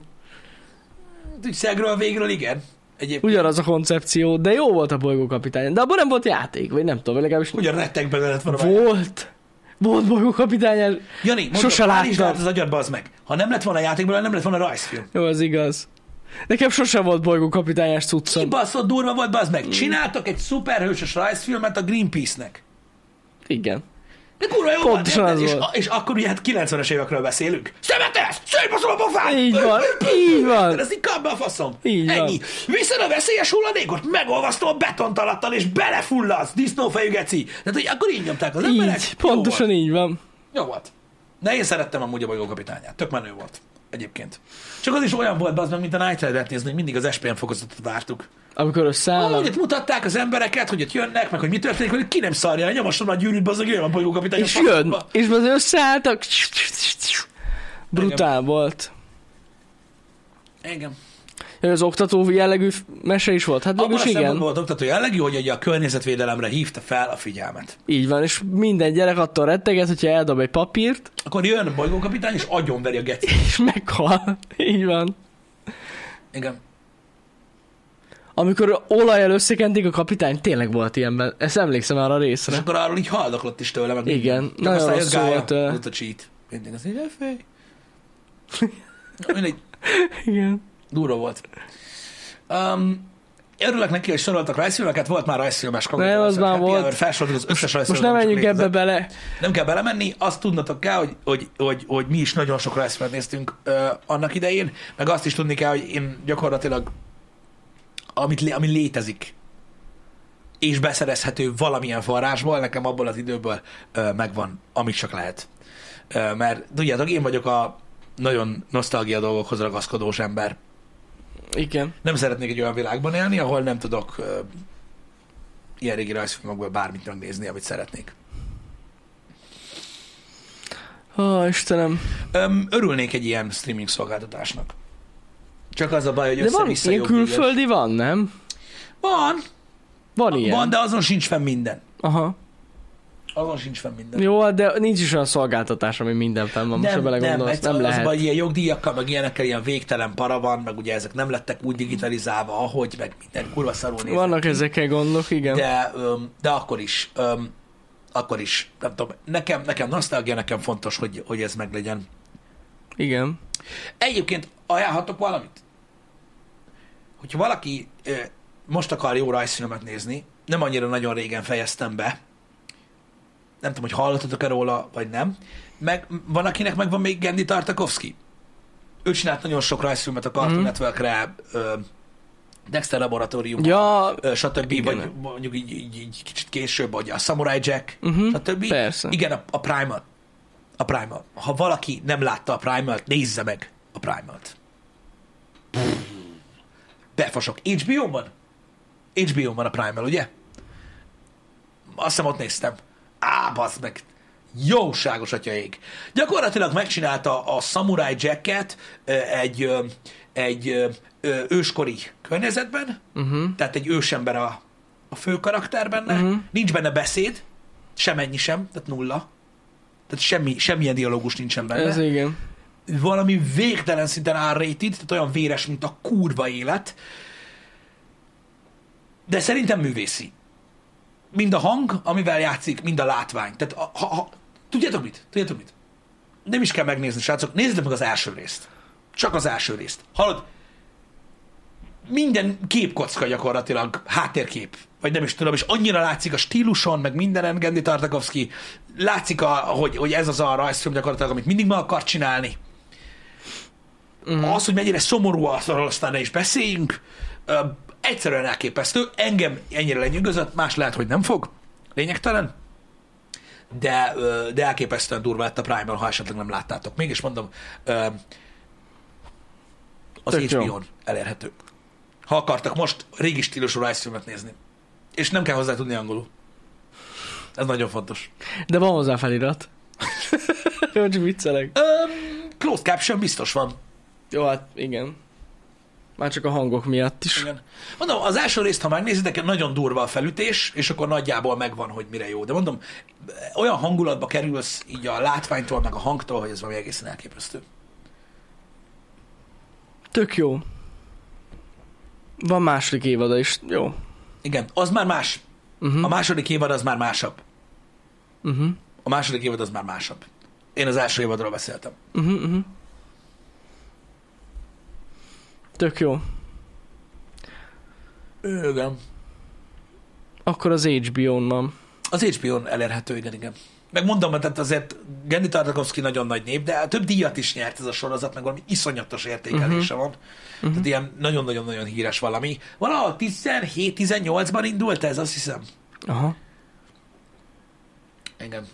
[SPEAKER 1] úgy szegről végről igen. Egyébként
[SPEAKER 2] Ugyanaz a koncepció, de jó volt a bolygókapitány. De abban nem volt játék, vagy nem tudom, vagy legalábbis
[SPEAKER 1] ugyan rettegben lett van a vágy.
[SPEAKER 2] volt. Volt bolygókapitány.
[SPEAKER 1] Jani, mondom,
[SPEAKER 2] Sose
[SPEAKER 1] már is
[SPEAKER 2] láttam.
[SPEAKER 1] lehet az agyad, bazd meg. Ha nem lett volna játékból, nem lett volna rajzfilm.
[SPEAKER 2] Jó, az igaz. Nekem sose volt bolygókapitányás cuccom.
[SPEAKER 1] Kibaszott durva volt, bazd
[SPEAKER 2] Mm.
[SPEAKER 1] meg. Csináltak egy szuperhősös rajzfilmet a Greenpeace-nek.
[SPEAKER 2] Igen.
[SPEAKER 1] De kurva jó
[SPEAKER 2] Pontosan
[SPEAKER 1] volt, érted?
[SPEAKER 2] az
[SPEAKER 1] és,
[SPEAKER 2] volt.
[SPEAKER 1] és, akkor ugye hát 90-es évekről beszélünk. Szemetelsz! Szőbaszol a pofán!
[SPEAKER 2] Így van, így van.
[SPEAKER 1] Ez így kap be a faszom.
[SPEAKER 2] Így van.
[SPEAKER 1] Ennyi. Viszed a veszélyes hulladékot, megolvasztom a betontalatttal, és belefulladsz, disznófejű geci. Tehát, hogy akkor így nyomták az emberek.
[SPEAKER 2] Így, pontosan
[SPEAKER 1] Jó
[SPEAKER 2] így van.
[SPEAKER 1] volt. Jó volt. De én szerettem amúgy a bolygókapitányát. Tök menő volt. Egyébként. Csak az is olyan volt, bazd meg, mint a Night Rider-et nézni, hogy mindig az SPM fokozatot vártuk.
[SPEAKER 2] Amikor
[SPEAKER 1] Ahogy
[SPEAKER 2] összeállnak.
[SPEAKER 1] itt mutatták az embereket, hogy itt jönnek, meg hogy mi történik, hogy ki nem szarja, nyomosson a gyűrűt, bazd meg, jöjjön a bolygókapitány. a
[SPEAKER 2] És
[SPEAKER 1] faszomba.
[SPEAKER 2] jön, és az összeálltak. Brutál volt.
[SPEAKER 1] Igen.
[SPEAKER 2] Ja, Az oktató jellegű f- mese is volt. Hát
[SPEAKER 1] Abban
[SPEAKER 2] mégis
[SPEAKER 1] a szempontból
[SPEAKER 2] igen.
[SPEAKER 1] volt oktató jellegű, hogy ugye a környezetvédelemre hívta fel a figyelmet.
[SPEAKER 2] Így van, és minden gyerek attól retteget, hogyha eldob egy papírt,
[SPEAKER 1] Akkor jön a bolygókapitány, és agyonveri a geci.
[SPEAKER 2] és meghal. Így van.
[SPEAKER 1] Igen.
[SPEAKER 2] Amikor olajjal összekentik a kapitány, tényleg volt ilyenben. Ezt emlékszem arra a
[SPEAKER 1] És
[SPEAKER 2] részre.
[SPEAKER 1] akkor arról így haldoklott is tőle. Meg
[SPEAKER 2] Igen,
[SPEAKER 1] Csak
[SPEAKER 2] nagyon
[SPEAKER 1] aztán
[SPEAKER 2] rosszul
[SPEAKER 1] jött Gája,
[SPEAKER 2] volt tőle.
[SPEAKER 1] volt a cheat. Mindig az így, fej. Mindegy,
[SPEAKER 2] Igen.
[SPEAKER 1] durva volt. Um, örülök neki, hogy soroltak rajzfilmeket, volt már rajzfilmes
[SPEAKER 2] Nem, az már volt.
[SPEAKER 1] Felsoroltuk az összes
[SPEAKER 2] Most
[SPEAKER 1] rajzfilmet.
[SPEAKER 2] nem
[SPEAKER 1] ami csak
[SPEAKER 2] menjünk
[SPEAKER 1] létezett.
[SPEAKER 2] ebbe bele.
[SPEAKER 1] Nem kell belemenni, azt tudnatok kell, hogy, hogy, hogy, hogy mi is nagyon sok rajzfilmet néztünk ö, annak idején, meg azt is tudni kell, hogy én gyakorlatilag, amit, lé- ami létezik, és beszerezhető valamilyen forrásból, nekem abból az időből ö, megvan, amit csak lehet. Ö, mert tudjátok, én vagyok a nagyon nosztalgia dolgokhoz ragaszkodós ember.
[SPEAKER 2] Igen.
[SPEAKER 1] Nem szeretnék egy olyan világban élni, ahol nem tudok ö, ilyen régi rajzfilmokból bármit megnézni, amit szeretnék.
[SPEAKER 2] Ó, Istenem.
[SPEAKER 1] Öm, örülnék egy ilyen streaming szolgáltatásnak. Csak az a baj, hogy
[SPEAKER 2] De van,
[SPEAKER 1] össze-vissza
[SPEAKER 2] ilyen
[SPEAKER 1] jobb ügyes.
[SPEAKER 2] külföldi van, nem?
[SPEAKER 1] Van,
[SPEAKER 2] Van ilyen.
[SPEAKER 1] van, de azon sincs fenn minden.
[SPEAKER 2] Aha.
[SPEAKER 1] Azon sincs fenn minden.
[SPEAKER 2] Jó, hát de nincs is olyan szolgáltatás, ami minden fenn van, most ha
[SPEAKER 1] nem,
[SPEAKER 2] belegondolsz, nem,
[SPEAKER 1] egyszerűen az a
[SPEAKER 2] lehet.
[SPEAKER 1] baj, ilyen jogdíjakkal, meg ilyenekkel ilyen végtelen para van, meg ugye ezek nem lettek úgy digitalizálva, ahogy, meg minden kurva szarul néznek.
[SPEAKER 2] Vannak ezekkel gondok, igen.
[SPEAKER 1] de, öm, de akkor is, öm, akkor is, nem tudom, nekem, nekem nosztalgia, nekem fontos, hogy, hogy ez meglegyen.
[SPEAKER 2] Igen.
[SPEAKER 1] Egyébként ajánlhatok valamit? Hogyha valaki ö, most akar jó rajzfilmet nézni, nem annyira nagyon régen fejeztem be, nem tudom, hogy hallottatok-e róla, vagy nem, meg van, akinek meg van még Gendi Tartakovsky. Ő csinált nagyon sok rajzfilmet a Cartoon
[SPEAKER 2] Mhm.
[SPEAKER 1] Networkre, ö, Dexter Laboratórium,
[SPEAKER 2] Ja,
[SPEAKER 1] ö, stb.
[SPEAKER 2] igen.
[SPEAKER 1] Vagy mondjuk így, így, így kicsit később, vagy a Samurai Jack,
[SPEAKER 2] Mhm,
[SPEAKER 1] stb.
[SPEAKER 2] persze.
[SPEAKER 1] Igen, a, a Primal. A Primal. Ha valaki nem látta a Primal-t, nézze meg a Primal-t. Befasok. HBO-n van? HBO-n van a Primal, ugye? Azt hiszem ott néztem. Á, bazd meg. Jóságos atya ég. Gyakorlatilag megcsinálta a Samurai Jacket ö, egy, ö, egy ö, ö, őskori környezetben, uh-huh. tehát egy ősember a, a fő karakter benne, uh-huh. nincs benne beszéd, semennyi sem, tehát nulla. Tehát semmi, semmilyen dialógus nincsen benne
[SPEAKER 2] ez igen.
[SPEAKER 1] valami végtelen szinten R-rated, tehát olyan véres, mint a kurva élet. De szerintem művészi. Mind a hang, amivel játszik, mind a látvány. Tehát a, ha, ha, tudjátok mit? Tudjátok mit? Nem is kell megnézni, srácok. Nézzétek meg az első részt. Csak az első részt. Hallod? Minden képkocka gyakorlatilag háttérkép, vagy nem is tudom, és annyira látszik a stíluson, meg mindenen Gendi Tartakovsky, látszik, a, hogy, hogy ez az a rajzfilm gyakorlatilag, amit mindig meg akar csinálni. Uh-huh. Az, hogy mennyire szomorú az, arról aztán ne is beszéljünk, ö, egyszerűen elképesztő. Engem ennyire lenyűgözött, más lehet, hogy nem fog. Lényegtelen de, ö, de elképesztően durva lett a Primer, ha esetleg nem láttátok. Mégis mondom, ö, az
[SPEAKER 2] Tök jó.
[SPEAKER 1] HBO-n elérhető. Ha akartak most régi stílusú rajzfilmet nézni. És nem kell hozzá tudni angolul. Ez nagyon fontos.
[SPEAKER 2] De van hozzá felirat. Jó, csak viccelek.
[SPEAKER 1] Um, closed caption biztos van.
[SPEAKER 2] Jó, hát igen. Már csak a hangok miatt is.
[SPEAKER 1] Igen. Mondom, az első részt, ha megnézitek, nagyon durva a felütés, és akkor nagyjából megvan, hogy mire jó. De mondom, olyan hangulatba kerülsz így a látványtól, meg a hangtól, hogy ez valami egészen elképesztő.
[SPEAKER 2] Tök jó. Van második évada is. Jó.
[SPEAKER 1] Igen, az már más.
[SPEAKER 2] Uh-huh.
[SPEAKER 1] A második évad az már másabb.
[SPEAKER 2] Uh-huh.
[SPEAKER 1] A második évad az már másabb. Én az első évadról beszéltem.
[SPEAKER 2] Uh-huh, uh-huh. Tök jó.
[SPEAKER 1] Igen.
[SPEAKER 2] Akkor az HBO-n van.
[SPEAKER 1] Az HBO-n elérhető, igen, igen. Meg mondom, mert tehát azért Genny Tartakovsky nagyon nagy név, de több díjat is nyert ez a sorozat, meg valami iszonyatos értékelése uh-huh. van. Uh-huh. Tehát ilyen nagyon-nagyon-nagyon híres valami. Valahol 17-18-ban indult ez, azt hiszem.
[SPEAKER 2] Aha.
[SPEAKER 1] Engem.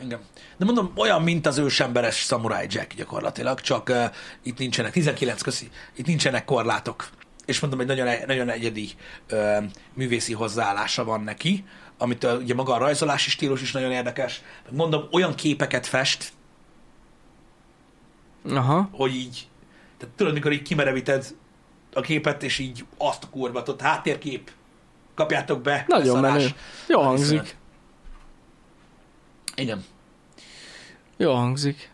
[SPEAKER 1] Engem. De mondom, olyan, mint az ősemberes Samurai Jack gyakorlatilag, csak uh, itt nincsenek, 19 köszi, itt nincsenek korlátok. És mondom, egy nagyon, e, nagyon egyedi uh, művészi hozzáállása van neki, amit uh, ugye maga a rajzolási stílus is nagyon érdekes. Meg Mondom, olyan képeket fest,
[SPEAKER 2] Aha.
[SPEAKER 1] hogy így, tehát tudod, mikor így kimerevíted a képet, és így azt a kurvat, ott háttérkép, kapjátok be.
[SPEAKER 2] Nagyon
[SPEAKER 1] leszarás.
[SPEAKER 2] menő. Jó
[SPEAKER 1] Iszonyat.
[SPEAKER 2] hangzik.
[SPEAKER 1] Igen.
[SPEAKER 2] Jó hangzik.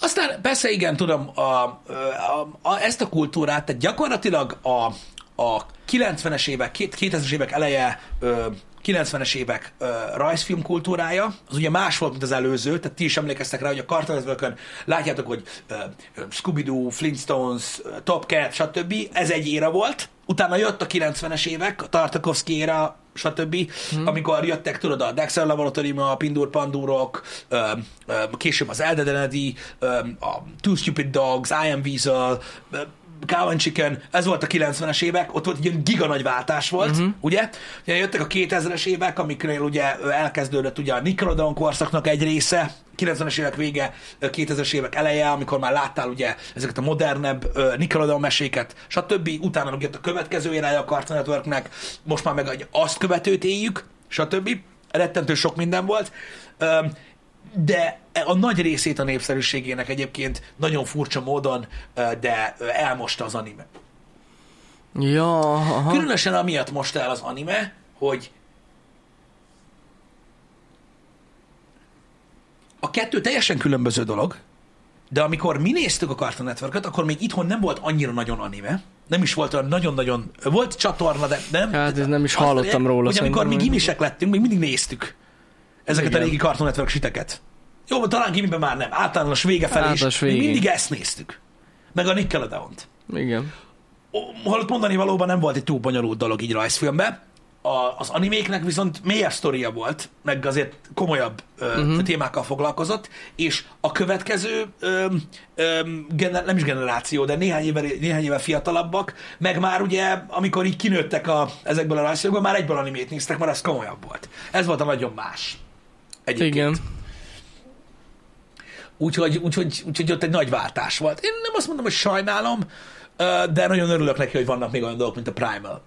[SPEAKER 1] Aztán persze igen, tudom, a, a, a, ezt a kultúrát, tehát gyakorlatilag a, a 90-es évek, két- 2000-es évek eleje, ö, 90-es évek ö, rajzfilm kultúrája, az ugye más volt, mint az előző, tehát ti is emlékeztek rá, hogy a kartonezbökön látjátok, hogy ö, ö, Scooby-Doo, Flintstones, ö, Top Cat, stb. Ez egy éra volt, utána jött a 90-es évek, a Tartakovsky éra, stb., hmm. amikor jöttek, tudod, a Dexter Laboratorium, a Pindur Pandurok, ö, ö, később az Elded Energy, ö, a Two Stupid Dogs, I Am Weasel, ö, Cow and Chicken, ez volt a 90-es évek, ott volt egy ilyen giga nagy váltás volt, uh-huh. ugye? ugye? Jöttek a 2000-es évek, amiknél ugye ö, elkezdődött ugye a Nickelodeon korszaknak egy része, 90-es évek vége, ö, 2000-es évek eleje, amikor már láttál ugye ezeket a modernebb ö, Nickelodeon meséket, stb. Utána meg jött a következő érája a Cartoon Networknek, most már meg egy azt követőt éljük, stb. Rettentő sok minden volt, Öm, de a nagy részét a népszerűségének egyébként nagyon furcsa módon, ö, de ö, elmosta az anime.
[SPEAKER 2] Ja, aha.
[SPEAKER 1] Különösen amiatt most el az anime, hogy a kettő teljesen különböző dolog, de amikor mi néztük a Cartoon network akkor még itthon nem volt annyira nagyon anime, nem is volt olyan nagyon-nagyon, volt csatorna, de nem.
[SPEAKER 2] Hát, ez nem is
[SPEAKER 1] Azt
[SPEAKER 2] hallottam
[SPEAKER 1] mondják,
[SPEAKER 2] róla,
[SPEAKER 1] Hogy amikor mi
[SPEAKER 2] szerintem.
[SPEAKER 1] gimisek lettünk, még mindig néztük ezeket Igen.
[SPEAKER 2] Igen.
[SPEAKER 1] a régi Cartoon Network siteket. Jó, talán gimiben már nem, általános vége felé
[SPEAKER 2] Általános
[SPEAKER 1] is. Még
[SPEAKER 2] végig.
[SPEAKER 1] mindig ezt néztük. Meg a Nickelodeon-t
[SPEAKER 2] Igen.
[SPEAKER 1] holott mondani valóban nem volt egy túl bonyolult dolog így rajzfilmben. A, az animéknek viszont mélyebb sztoria volt, meg azért komolyabb ö, uh-huh. témákkal foglalkozott, és a következő ö, ö, gener, nem is generáció, de néhány évvel, néhány évvel fiatalabbak, meg már ugye, amikor így kinőttek a, ezekből a rajzfilmekből, már egyből animét néztek, mert az komolyabb volt. Ez volt a nagyon más. Egyébként.
[SPEAKER 2] Igen.
[SPEAKER 1] Úgyhogy, úgyhogy, úgyhogy ott egy nagy váltás volt. Én nem azt mondom, hogy sajnálom, ö, de nagyon örülök neki, hogy vannak még olyan dolgok, mint a Primal.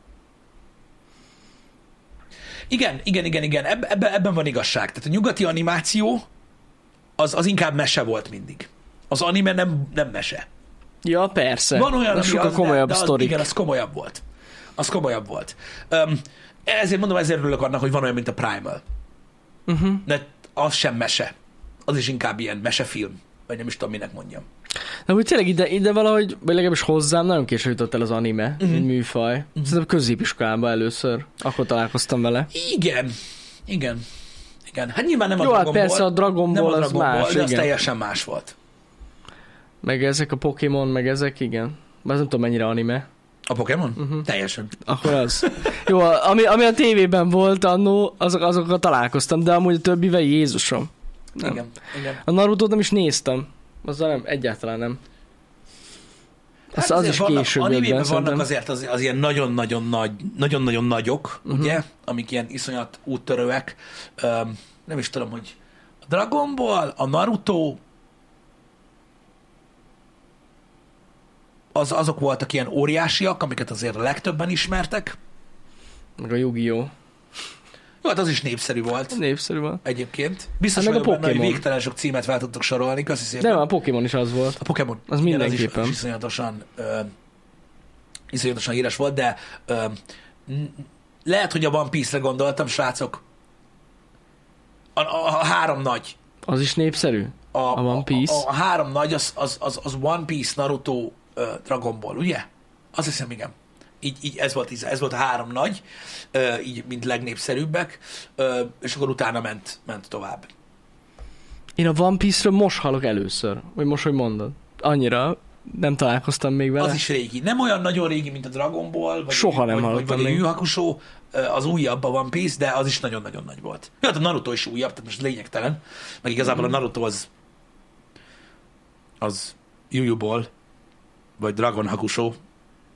[SPEAKER 1] Igen, igen, igen, igen, Eb- ebben, ebben van igazság. Tehát a nyugati animáció az, az inkább mese volt mindig. Az anime nem, nem mese.
[SPEAKER 2] Ja, persze.
[SPEAKER 1] Van olyan,
[SPEAKER 2] De
[SPEAKER 1] ami
[SPEAKER 2] sokkal
[SPEAKER 1] az,
[SPEAKER 2] komolyabb
[SPEAKER 1] de, de az,
[SPEAKER 2] sztori.
[SPEAKER 1] Igen, az komolyabb volt. Az komolyabb volt. Um, ezért mondom, ezért örülök annak, hogy van olyan, mint a Primal.
[SPEAKER 2] Uh-huh.
[SPEAKER 1] De az sem mese. Az is inkább ilyen mesefilm. Vagy nem is tudom, minek mondjam.
[SPEAKER 2] De úgy tényleg ide, ide valahogy, vagy legalábbis hozzám nagyon késő jutott el az anime, uh-huh.
[SPEAKER 1] Mhm.
[SPEAKER 2] mint műfaj. Uh-huh. Szerintem középiskolában először. Akkor találkoztam vele.
[SPEAKER 1] Igen, igen, Igen, hát nyilván nem
[SPEAKER 2] Jó,
[SPEAKER 1] a
[SPEAKER 2] hát
[SPEAKER 1] Dragon
[SPEAKER 2] persze
[SPEAKER 1] Ball,
[SPEAKER 2] a Dragon
[SPEAKER 1] nem
[SPEAKER 2] Ball
[SPEAKER 1] a
[SPEAKER 2] az
[SPEAKER 1] Dragon
[SPEAKER 2] más,
[SPEAKER 1] Ball, de az
[SPEAKER 2] igen.
[SPEAKER 1] teljesen más volt.
[SPEAKER 2] Meg ezek a Pokémon, meg ezek, igen. Bár az nem tudom mennyire anime.
[SPEAKER 1] A Pokémon?
[SPEAKER 2] Mhm.
[SPEAKER 1] Uh-huh. Teljesen.
[SPEAKER 2] Akkor az. Jó, ami, ami a tévében volt annó, azok, azokkal találkoztam, de amúgy a többivel Jézusom. Nem.
[SPEAKER 1] Igen. igen.
[SPEAKER 2] A Naruto nem is néztem. Azzal nem, egyáltalán nem. Az, az
[SPEAKER 1] Hát azért
[SPEAKER 2] is
[SPEAKER 1] vannak-
[SPEAKER 2] később jött
[SPEAKER 1] animében
[SPEAKER 2] be,
[SPEAKER 1] vannak
[SPEAKER 2] szerintem.
[SPEAKER 1] azért az, az ilyen nagyon-nagyon nagy, nagyon-nagyon nagyok,
[SPEAKER 2] Mhm.
[SPEAKER 1] uh-huh. ugye, amik ilyen iszonyat úttörőek. Um, nem is tudom, hogy a Dragon Ball, a Naruto, az, azok voltak ilyen óriásiak, amiket azért a legtöbben ismertek.
[SPEAKER 2] Meg a Yu-Gi-Oh!
[SPEAKER 1] Jó, hát az is népszerű volt
[SPEAKER 2] Népszerű van.
[SPEAKER 1] egyébként. Biztos
[SPEAKER 2] Hát meg
[SPEAKER 1] vagyok
[SPEAKER 2] a
[SPEAKER 1] benne, hogy
[SPEAKER 2] Pokémon.
[SPEAKER 1] végtelen sok címet fel tudtok sorolni, köszi
[SPEAKER 2] De
[SPEAKER 1] szépen.
[SPEAKER 2] nem, a Pokémon is az volt.
[SPEAKER 1] A Pokémon.
[SPEAKER 2] Az
[SPEAKER 1] Igen,
[SPEAKER 2] mindenképpen.
[SPEAKER 1] Az is, az is iszonyatosan, ö, iszonyatosan híres volt, de ö, n- lehet, hogy a One Piece-re gondoltam, srácok. A, a, a három nagy.
[SPEAKER 2] Az is népszerű?
[SPEAKER 1] A,
[SPEAKER 2] A One Piece?
[SPEAKER 1] A, a, a három nagy, az, az, az, az One Piece, Naruto, ö, Dragon Ball, ugye? Azt hiszem, igen. Így, így ez, volt, ez volt a három nagy, ö, így mint legnépszerűbbek, ö, és akkor utána ment, ment tovább.
[SPEAKER 2] Én a One Piece-ről most hallok először. Vagy most, hogy mondod. Annyira nem találkoztam még vele.
[SPEAKER 1] Az is régi. Nem olyan nagyon régi, mint a Dragon Ball, vagy,
[SPEAKER 2] Soha nem
[SPEAKER 1] vagy, vagy,
[SPEAKER 2] hallottam
[SPEAKER 1] vagy a
[SPEAKER 2] még.
[SPEAKER 1] Yu Hakusho, az újabb a One Piece, de az is nagyon-nagyon nagy volt. Jó, hát a Naruto is újabb, tehát most lényegtelen. Meg igazából
[SPEAKER 2] Mhm.
[SPEAKER 1] a Naruto az az Yu-Yu-ból, vagy Dragon Hakusho,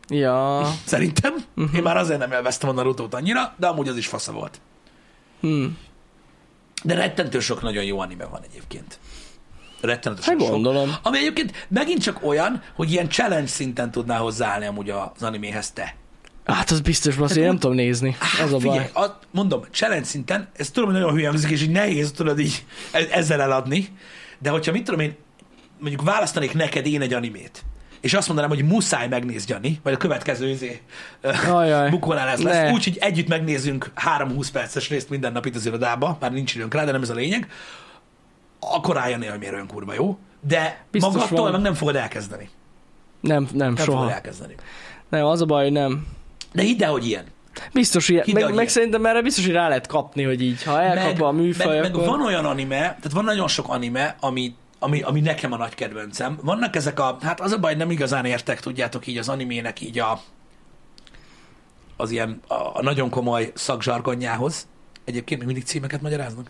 [SPEAKER 2] Ja.
[SPEAKER 1] szerintem.
[SPEAKER 2] Mhm.
[SPEAKER 1] Uh-huh. Én már azért nem elvesztem a Naruto-t annyira, de amúgy az is fasza volt.
[SPEAKER 2] Hm.
[SPEAKER 1] De rettentő sok nagyon jó anime van egyébként. Rettentősen
[SPEAKER 2] Hát
[SPEAKER 1] sok.
[SPEAKER 2] gondolom.
[SPEAKER 1] Ami egyébként megint csak olyan, hogy ilyen challenge szinten tudnál hozzáállni amúgy az animéhez te.
[SPEAKER 2] Hát az biztos, mert én nem tudom nézni. Az a
[SPEAKER 1] Hát Figyelj,
[SPEAKER 2] baj.
[SPEAKER 1] a, mondom, challenge szinten, ez tudom, hogy nagyon hülye hangzik, és így nehéz tudod így e- ezzel eladni, de hogyha mit tudom én, mondjuk választanék neked én egy animét, és azt mondanám, hogy muszáj megnézd, Jani, vagy a következő izé,
[SPEAKER 2] Ajaj.
[SPEAKER 1] bukónál ez lesz.
[SPEAKER 2] Ne.
[SPEAKER 1] Úgyhogy együtt megnézzünk 3-20 perces részt minden nap itt az irodába, már nincs időnk rá, de nem ez a lényeg, akkor álljon hogy miért olyan kurva jó, de
[SPEAKER 2] Biztos
[SPEAKER 1] magadtól
[SPEAKER 2] van.
[SPEAKER 1] meg nem fogod elkezdeni.
[SPEAKER 2] Nem, nem,
[SPEAKER 1] Nem fogod
[SPEAKER 2] soha.
[SPEAKER 1] elkezdeni.
[SPEAKER 2] Nem, az a baj, hogy nem.
[SPEAKER 1] De hidd el, hogy ilyen.
[SPEAKER 2] Biztos, hogy
[SPEAKER 1] Hidd el,
[SPEAKER 2] meg,
[SPEAKER 1] hogy
[SPEAKER 2] meg
[SPEAKER 1] ilyen.
[SPEAKER 2] szerintem erre biztos, hogy rá lehet kapni, hogy így, ha elkapva a műfaj,
[SPEAKER 1] meg,
[SPEAKER 2] akkor...
[SPEAKER 1] meg van olyan anime, tehát van nagyon sok anime, ami, ami, ami nekem a nagy kedvencem. Vannak ezek a, hát az a baj, nem igazán értek, tudjátok így az animének így a az ilyen a, a nagyon komoly szakzsargonjához. Egyébként még mindig címeket magyaráznak.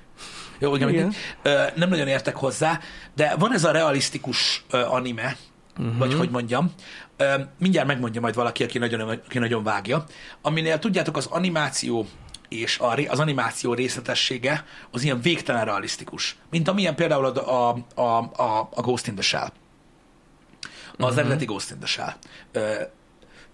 [SPEAKER 1] Jó, igen,
[SPEAKER 2] Igen.
[SPEAKER 1] igen. Ö, nem nagyon értek hozzá, de van ez a realisztikus ö, anime, uh-huh. vagy hogy mondjam, ö, mindjárt megmondja majd valaki, aki nagyon, aki nagyon vágja, aminél tudjátok az animáció és a, ré- az animáció részletessége az ilyen végtelen realisztikus. Mint amilyen például a, a, a, a, a Ghost in the Shell. Az uh-huh. eredeti Ghost in the Shell. Ö,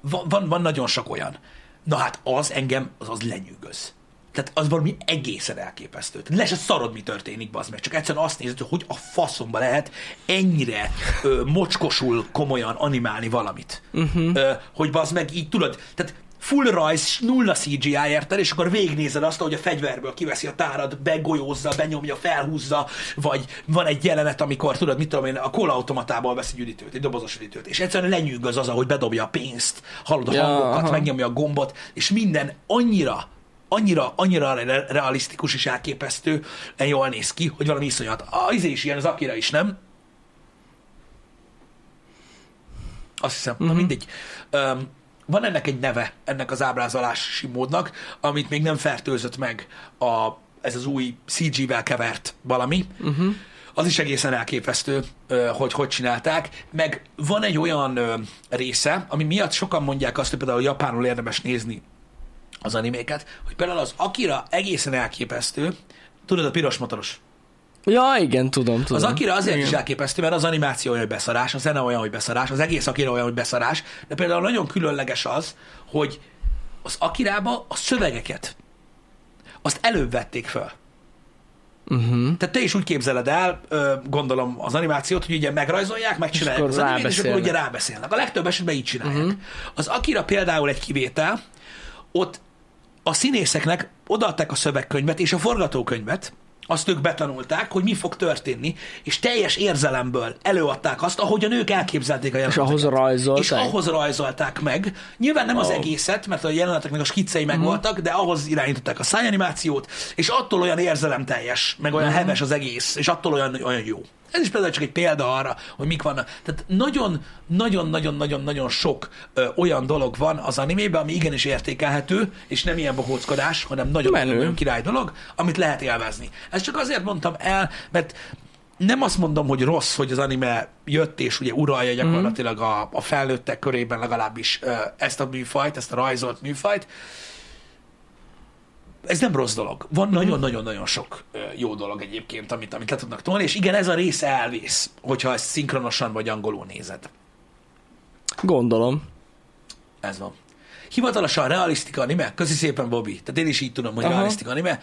[SPEAKER 1] van, van, van nagyon sok olyan. Na hát az engem, az, az lenyűgöz. Tehát az valami egészen elképesztő. Tehát le se szarod, mi történik, bazd meg. Csak egyszerűen azt nézed, hogy hogy a faszomba lehet ennyire ö, mocskosul komolyan animálni valamit. Uh-huh. Ö, hogy bazd meg így tudod, tehát full rajz, nulla CGI érted, és akkor végignézed azt, hogy a fegyverből kiveszi a tárat, begolyózza, benyomja, felhúzza, vagy van egy jelenet, amikor tudod, mit tudom én, a kola automatából veszi egy üdítőt, egy dobozos üdítőt, és egyszerűen lenyűgöz az, ahogy bedobja a pénzt, hallod a
[SPEAKER 2] Ja,
[SPEAKER 1] hangokat,
[SPEAKER 2] aha.
[SPEAKER 1] megnyomja a gombot, és minden annyira, annyira, annyira re- realisztikus és elképesztő, jól néz ki, hogy valami iszonyat. A izé is ilyen, az Akira is, nem? Azt hiszem, uh-huh. na mindegy. Um, van ennek egy neve, ennek az ábrázolási módnak, amit még nem fertőzött meg a, ez az új CG-vel kevert valami. Uh-huh. Az is egészen elképesztő, ö, hogy hogy csinálták. Meg van egy olyan ö, része, ami miatt sokan mondják azt, hogy például japánul érdemes nézni az animéket, hogy például az Akira egészen elképesztő, tudod, a piros motoros.
[SPEAKER 2] Ja, igen, tudom, tudom.
[SPEAKER 1] Az Akira azért is elképesztő, mert az animáció olyan, hogy beszarás, a zene olyan, hogy beszarás, az egész Akira olyan, hogy beszarás, de például nagyon különleges az, hogy az Akirába a szövegeket azt előbb vették föl.
[SPEAKER 2] Uh-huh.
[SPEAKER 1] Tehát te is úgy képzeled el, ö, gondolom az animációt, hogy ugye megrajzolják, megcsinálják
[SPEAKER 2] akkor
[SPEAKER 1] az animét, és akkor
[SPEAKER 2] rábeszélnek. Mhm.
[SPEAKER 1] ugye rábeszélnek. A legtöbb esetben így csinálják. Uh-huh. Az Akira például egy kivétel, ott a színészeknek odaadták a szövegkönyvet és a forgatókönyvet, azt ők betanulták, hogy mi fog történni, és teljes érzelemből előadták azt, ahogy a nők elképzelték a jeleneteket.
[SPEAKER 2] ahhoz rajzolták.
[SPEAKER 1] És ahhoz rajzolták meg. Nyilván nem az egészet, mert a jeleneteknek a skicei megvoltak, de ahhoz irányították a szájanimációt, és attól olyan érzelemteljes, meg olyan heves az egész, és attól olyan, olyan jó. Ez is például csak egy példa arra, hogy mik vannak. Tehát nagyon-nagyon-nagyon-nagyon-nagyon sok ö, olyan dolog van az animében, ami igenis értékelhető, és nem ilyen bohóckodás, hanem nagyon
[SPEAKER 2] Menő.
[SPEAKER 1] nagyon király dolog, amit lehet élvezni. Ezt csak azért mondtam el, mert nem azt mondom, hogy rossz, hogy az anime jött és ugye uralja gyakorlatilag a, a felnőttek körében legalábbis ö, ezt a műfajt, ezt a rajzolt műfajt. Ez nem rossz dolog. Van nagyon-nagyon-nagyon sok ö, jó dolog egyébként, amit, amit le tudnak tolni, és igen, ez a része elvész, hogyha ezt szinkronosan vagy angolul nézed.
[SPEAKER 2] Gondolom.
[SPEAKER 1] Ez van. Hivatalosan realisztika anime, köszi szépen Bobby. Tehát én is így tudom, hogy
[SPEAKER 2] Aha.
[SPEAKER 1] realisztika anime.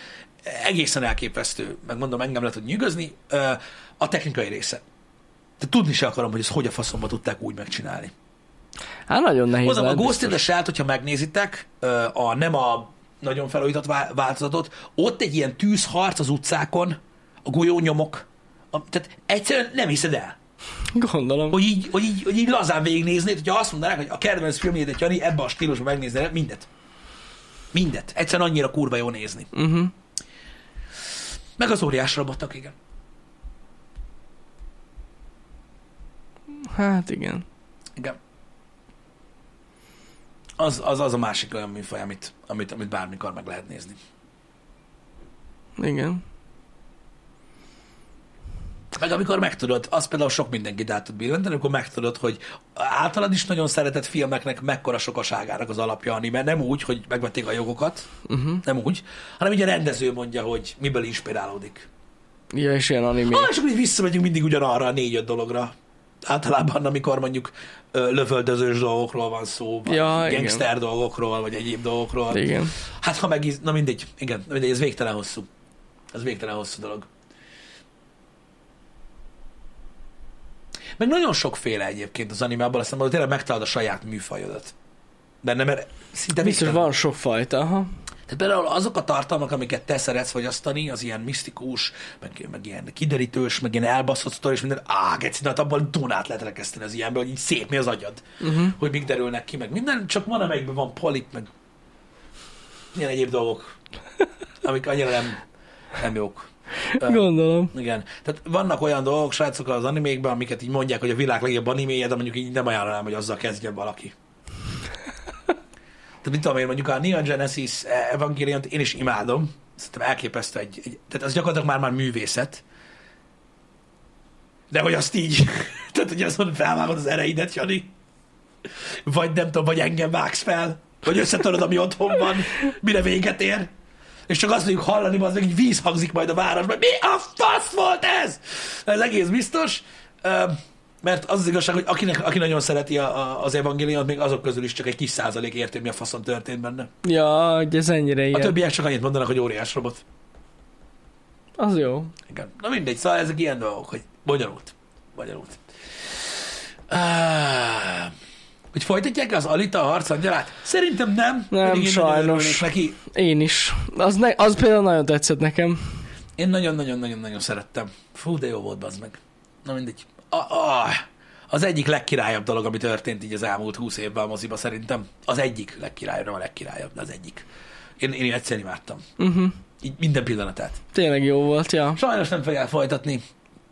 [SPEAKER 1] Egészen elképesztő, megmondom, engem le tud nyűgözni. Ö, A technikai része. De tudni se akarom, hogy ezt hogy a faszomba tudták úgy megcsinálni.
[SPEAKER 2] Hát nagyon nehéz
[SPEAKER 1] Hozzám a
[SPEAKER 2] lehet,
[SPEAKER 1] Ghost
[SPEAKER 2] biztos.
[SPEAKER 1] in the Shell-t, hogyha megnézitek, ö, a, nem a nagyon felújított vá- változatot, ott egy ilyen tűzharc az utcákon, a golyónyomok, a, tehát egyszerűen nem hiszed el
[SPEAKER 2] Gondolom.
[SPEAKER 1] hogy így, hogy így, hogy így lazán végignéznéd, hogyha azt mondanák, hogy a kedvenc filmjédet, Jani, ebbe a stílusban megnéznél, mindet. Mindet. Egyszerűen annyira kurva jó nézni.
[SPEAKER 2] Uh-huh.
[SPEAKER 1] Meg az óriás robotok, igen.
[SPEAKER 2] Hát igen.
[SPEAKER 1] Igen. Az, az, az a másik olyan műfaj, amit, amit, amit bármikor meg lehet nézni.
[SPEAKER 2] Igen.
[SPEAKER 1] Meg amikor megtudod, az például sok mindenkit át tud billenteni, amikor megtudod, hogy általad is nagyon szeretett filmeknek mekkora sokaságának az alapja anime, nem úgy, hogy megvették a jogokat,
[SPEAKER 2] Uh-huh.
[SPEAKER 1] nem úgy, hanem így a rendező mondja, hogy miből inspirálódik.
[SPEAKER 2] Ja, és ilyen anime.
[SPEAKER 1] Ah, és akkor így visszamegyünk mindig ugyanarra a négy-öt dologra. Általában, amikor mondjuk ö, lövöldözős dolgokról van szó, vagy
[SPEAKER 2] Ja, igen.
[SPEAKER 1] gangster dolgokról, vagy egyéb dolgokról.
[SPEAKER 2] Igen.
[SPEAKER 1] Hát ha meg, na mindegy, igen, na mindegy, ez végtelen hosszú. Ez végtelen hosszú dolog. Meg nagyon sokféle egyébként az anime, abban aztán, hogy tényleg megtalálod a saját műfajodat. De nem, mert szinte
[SPEAKER 2] De biztos
[SPEAKER 1] végtelen.
[SPEAKER 2] van sok fajta, aha.
[SPEAKER 1] Tehát például azok a tartalmak, amiket te szeretsz fogyasztani, az ilyen misztikus, meg, meg ilyen kiderítős, meg ilyen elbaszott sztori, és minden, á, geci, na, hát abban Dunát lehet rekeszteni az ilyenből, hogy így szép mi az agyad, uh-huh. hogy mik derülnek ki, meg minden, csak van, amelyikben van polip, meg ilyen egyéb dolgok, amik annyira nem, nem jók. Ö,
[SPEAKER 2] Gondolom.
[SPEAKER 1] igen. Tehát vannak olyan dolgok, srácok, az animékben, amiket így mondják, hogy a világ legjobb animéje, de mondjuk így nem ajánlanám, hogy azzal kezdjen valaki. Tehát mit tudom én, mondjuk a Neon Genesis evangelion én is imádom. Szerintem elképesztő egy, egy tehát az gyakorlatilag már-már művészet. De hogy azt így, tehát hogy azon felvágod az ereidet, Jani. Vagy nem tudom, vagy engem vágsz fel, vagy összetöröd, ami otthon van, mire véget ér. És csak azt mondjuk hallani, az meg így víz hangzik majd a városban. Mi a fasz volt ez? Ez egész biztos. Ö, Mert az az igazság, hogy akinek, aki nagyon szereti a, a, az evangéliumot, még azok közül is csak egy kis százalék érti, hogy mi a faszom történt benne.
[SPEAKER 2] Ja, hogy ez ennyire
[SPEAKER 1] A
[SPEAKER 2] ilyen.
[SPEAKER 1] többiek csak annyit mondanak, hogy óriás robot.
[SPEAKER 2] Az jó.
[SPEAKER 1] Igen. Na mindegy, szóval ezek ilyen dolgok, hogy bonyolult. Bonyolult. Ah, hogy folytatják az Alita a harcangyalát? Szerintem nem.
[SPEAKER 2] Nem,
[SPEAKER 1] pedig én nagyon
[SPEAKER 2] sajnos.
[SPEAKER 1] örülnék Neki.
[SPEAKER 2] Én is. Az, ne, az például nagyon tetszett nekem.
[SPEAKER 1] Én nagyon-nagyon-nagyon-nagyon szerettem. Fú, de jó volt, bazd meg. Na mindegy. A, a, az egyik legkirályabb dolog, ami történt így az elmúlt húsz évben a moziba szerintem. Az egyik legkirályabb, nem a legkirályabb, de az egyik. Én, én egyszerűen imádtam.
[SPEAKER 2] Uh-huh.
[SPEAKER 1] Így minden pillanatát.
[SPEAKER 2] Tényleg jó volt, ja.
[SPEAKER 1] Sajnos nem fogják folytatni,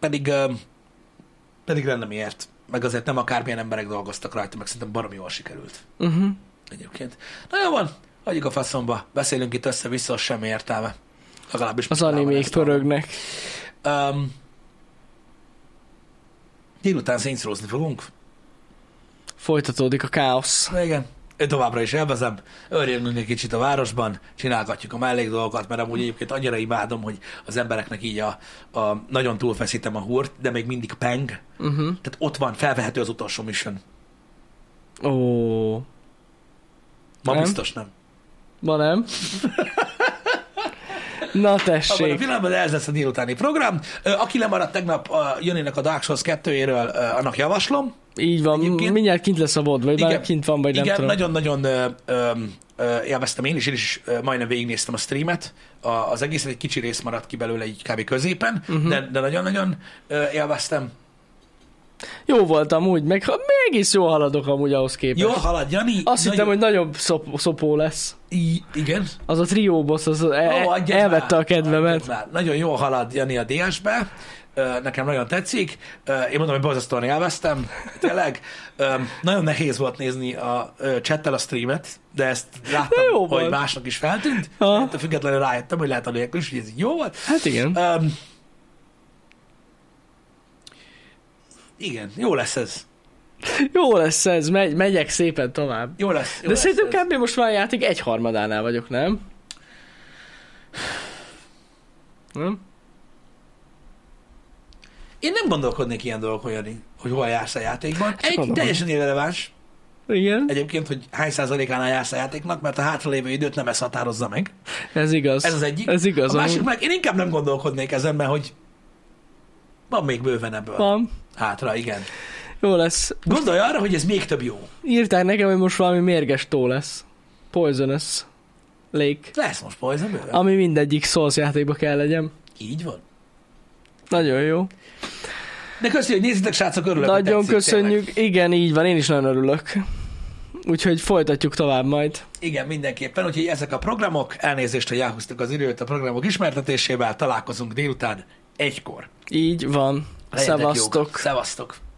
[SPEAKER 1] pedig, ö, pedig lenne miért. Meg azért nem akármilyen emberek dolgoztak rajta, meg szerintem baromi jól sikerült
[SPEAKER 2] Uh-huh.
[SPEAKER 1] egyébként. Na jó van, hagyjuk a faszomba, beszélünk itt össze-vissza, az semmi értelme. Legalábbis
[SPEAKER 2] Az
[SPEAKER 1] most nálam
[SPEAKER 2] animék
[SPEAKER 1] ez van.
[SPEAKER 2] pörögnek.
[SPEAKER 1] Öm, délután szénszrózni fogunk.
[SPEAKER 2] Folytatódik a káosz.
[SPEAKER 1] Na Igen. Én továbbra is élvezem, örjönünk egy kicsit a városban, csinálgatjuk a mellékdolgokat, mert amúgy egyébként annyira imádom, hogy az embereknek így a, a nagyon túlfeszítem a húrt, de még mindig peng,
[SPEAKER 2] Uh-huh.
[SPEAKER 1] Tehát ott van, felvehető az utolsó mission.
[SPEAKER 2] Ó.
[SPEAKER 1] Ma
[SPEAKER 2] Nem?
[SPEAKER 1] nem? biztos nem.
[SPEAKER 2] Ma nem? Na
[SPEAKER 1] Abban a
[SPEAKER 2] tessék.
[SPEAKER 1] pillanatban ez lesz a délutáni program. Ö, Aki lemaradt tegnap a Jönének a Dark Souls 2-éről, ö, annak javaslom.
[SPEAKER 2] Így van,
[SPEAKER 1] Egyébként-
[SPEAKER 2] mindjárt kint lesz a bod, vagy
[SPEAKER 1] Igen.
[SPEAKER 2] már kint van, vagy nem
[SPEAKER 1] Igen,
[SPEAKER 2] tudom.
[SPEAKER 1] nagyon-nagyon ö, ö, ö, ö, élveztem én is, én is ö, majdnem végignéztem a streamet, a, az egész egy kicsi rész maradt ki belőle így kb. középen,
[SPEAKER 2] Mhm.
[SPEAKER 1] uh-huh. de, de nagyon-nagyon ö, élveztem.
[SPEAKER 2] Jó volt amúgy, meg ha- meg egész jól haladok amúgy ahhoz képest.
[SPEAKER 1] Jól halad, Jani.
[SPEAKER 2] Azt
[SPEAKER 1] nagyon-
[SPEAKER 2] hittem, hogy nagyobb szop, szopó lesz.
[SPEAKER 1] I- igen.
[SPEAKER 2] Az a trió boss, az e-
[SPEAKER 1] Ó,
[SPEAKER 2] oh,
[SPEAKER 1] adjad
[SPEAKER 2] elvette
[SPEAKER 1] már,
[SPEAKER 2] a kedvemet.
[SPEAKER 1] adjad már. Nagyon jól halad Jani a DS-be, Ö, nekem nagyon tetszik. Ö, Én mondom, hogy borzasztóan élveztem, tényleg. Ö, Nagyon nehéz volt nézni a ö, chattel a streamet, de ezt láttam,
[SPEAKER 2] De jó
[SPEAKER 1] hogy
[SPEAKER 2] volt.
[SPEAKER 1] másnak is feltűnt.
[SPEAKER 2] Ha.
[SPEAKER 1] Ettől függetlenül rájöttem, hogy lehet anélkül is, hogy ez így jó volt.
[SPEAKER 2] Hát igen.
[SPEAKER 1] Ö, igen, jó lesz ez.
[SPEAKER 2] Jó lesz ez, megy, megyek szépen tovább.
[SPEAKER 1] Jó lesz. Jó
[SPEAKER 2] De
[SPEAKER 1] lesz
[SPEAKER 2] szerintem
[SPEAKER 1] ez.
[SPEAKER 2] kb. most már a játék egyharmadánál vagyok, nem? Nem?
[SPEAKER 1] Én nem gondolkodnék ilyen dolgokon, Jani, hogy hol jársz a játékban. Egy
[SPEAKER 2] gondolom.
[SPEAKER 1] teljesen irreleváns.
[SPEAKER 2] Igen,
[SPEAKER 1] Egyébként, hogy hány százalékánál jársz a játéknak, mert a hátralévő időt nem ez határozza meg.
[SPEAKER 2] ez igaz.
[SPEAKER 1] Ez az egyik.
[SPEAKER 2] Ez igaz.
[SPEAKER 1] a másik
[SPEAKER 2] amúgy.
[SPEAKER 1] meg, én inkább nem gondolkodnék ezen, mert hogy van még bőven ebből.
[SPEAKER 2] Van.
[SPEAKER 1] Hátra, igen.
[SPEAKER 2] Jó lesz.
[SPEAKER 1] Gondolj arra, hogy ez még több jó.
[SPEAKER 2] Írták nekem, hogy most valami mérges tó lesz. Poisonous Lake.
[SPEAKER 1] Lesz most Poison bőven.
[SPEAKER 2] Ami mindegyik Souls játékba kell legyen.
[SPEAKER 1] Így van.
[SPEAKER 2] Nagyon jó.
[SPEAKER 1] De köszi, hogy nézitek, srácok, örülök, hogy
[SPEAKER 2] Nagyon
[SPEAKER 1] tetszik,
[SPEAKER 2] köszönjük.
[SPEAKER 1] Tényleg.
[SPEAKER 2] Igen, így van. Én is nagyon örülök. Úgyhogy folytatjuk tovább majd.
[SPEAKER 1] Igen, mindenképpen. Úgyhogy ezek a programok, elnézést, hogy elhúztuk az időt a programok ismertetésével, találkozunk délután egykor.
[SPEAKER 2] Így van.
[SPEAKER 1] Legyetek jók.
[SPEAKER 2] Szevasztok.
[SPEAKER 1] Szevasztok.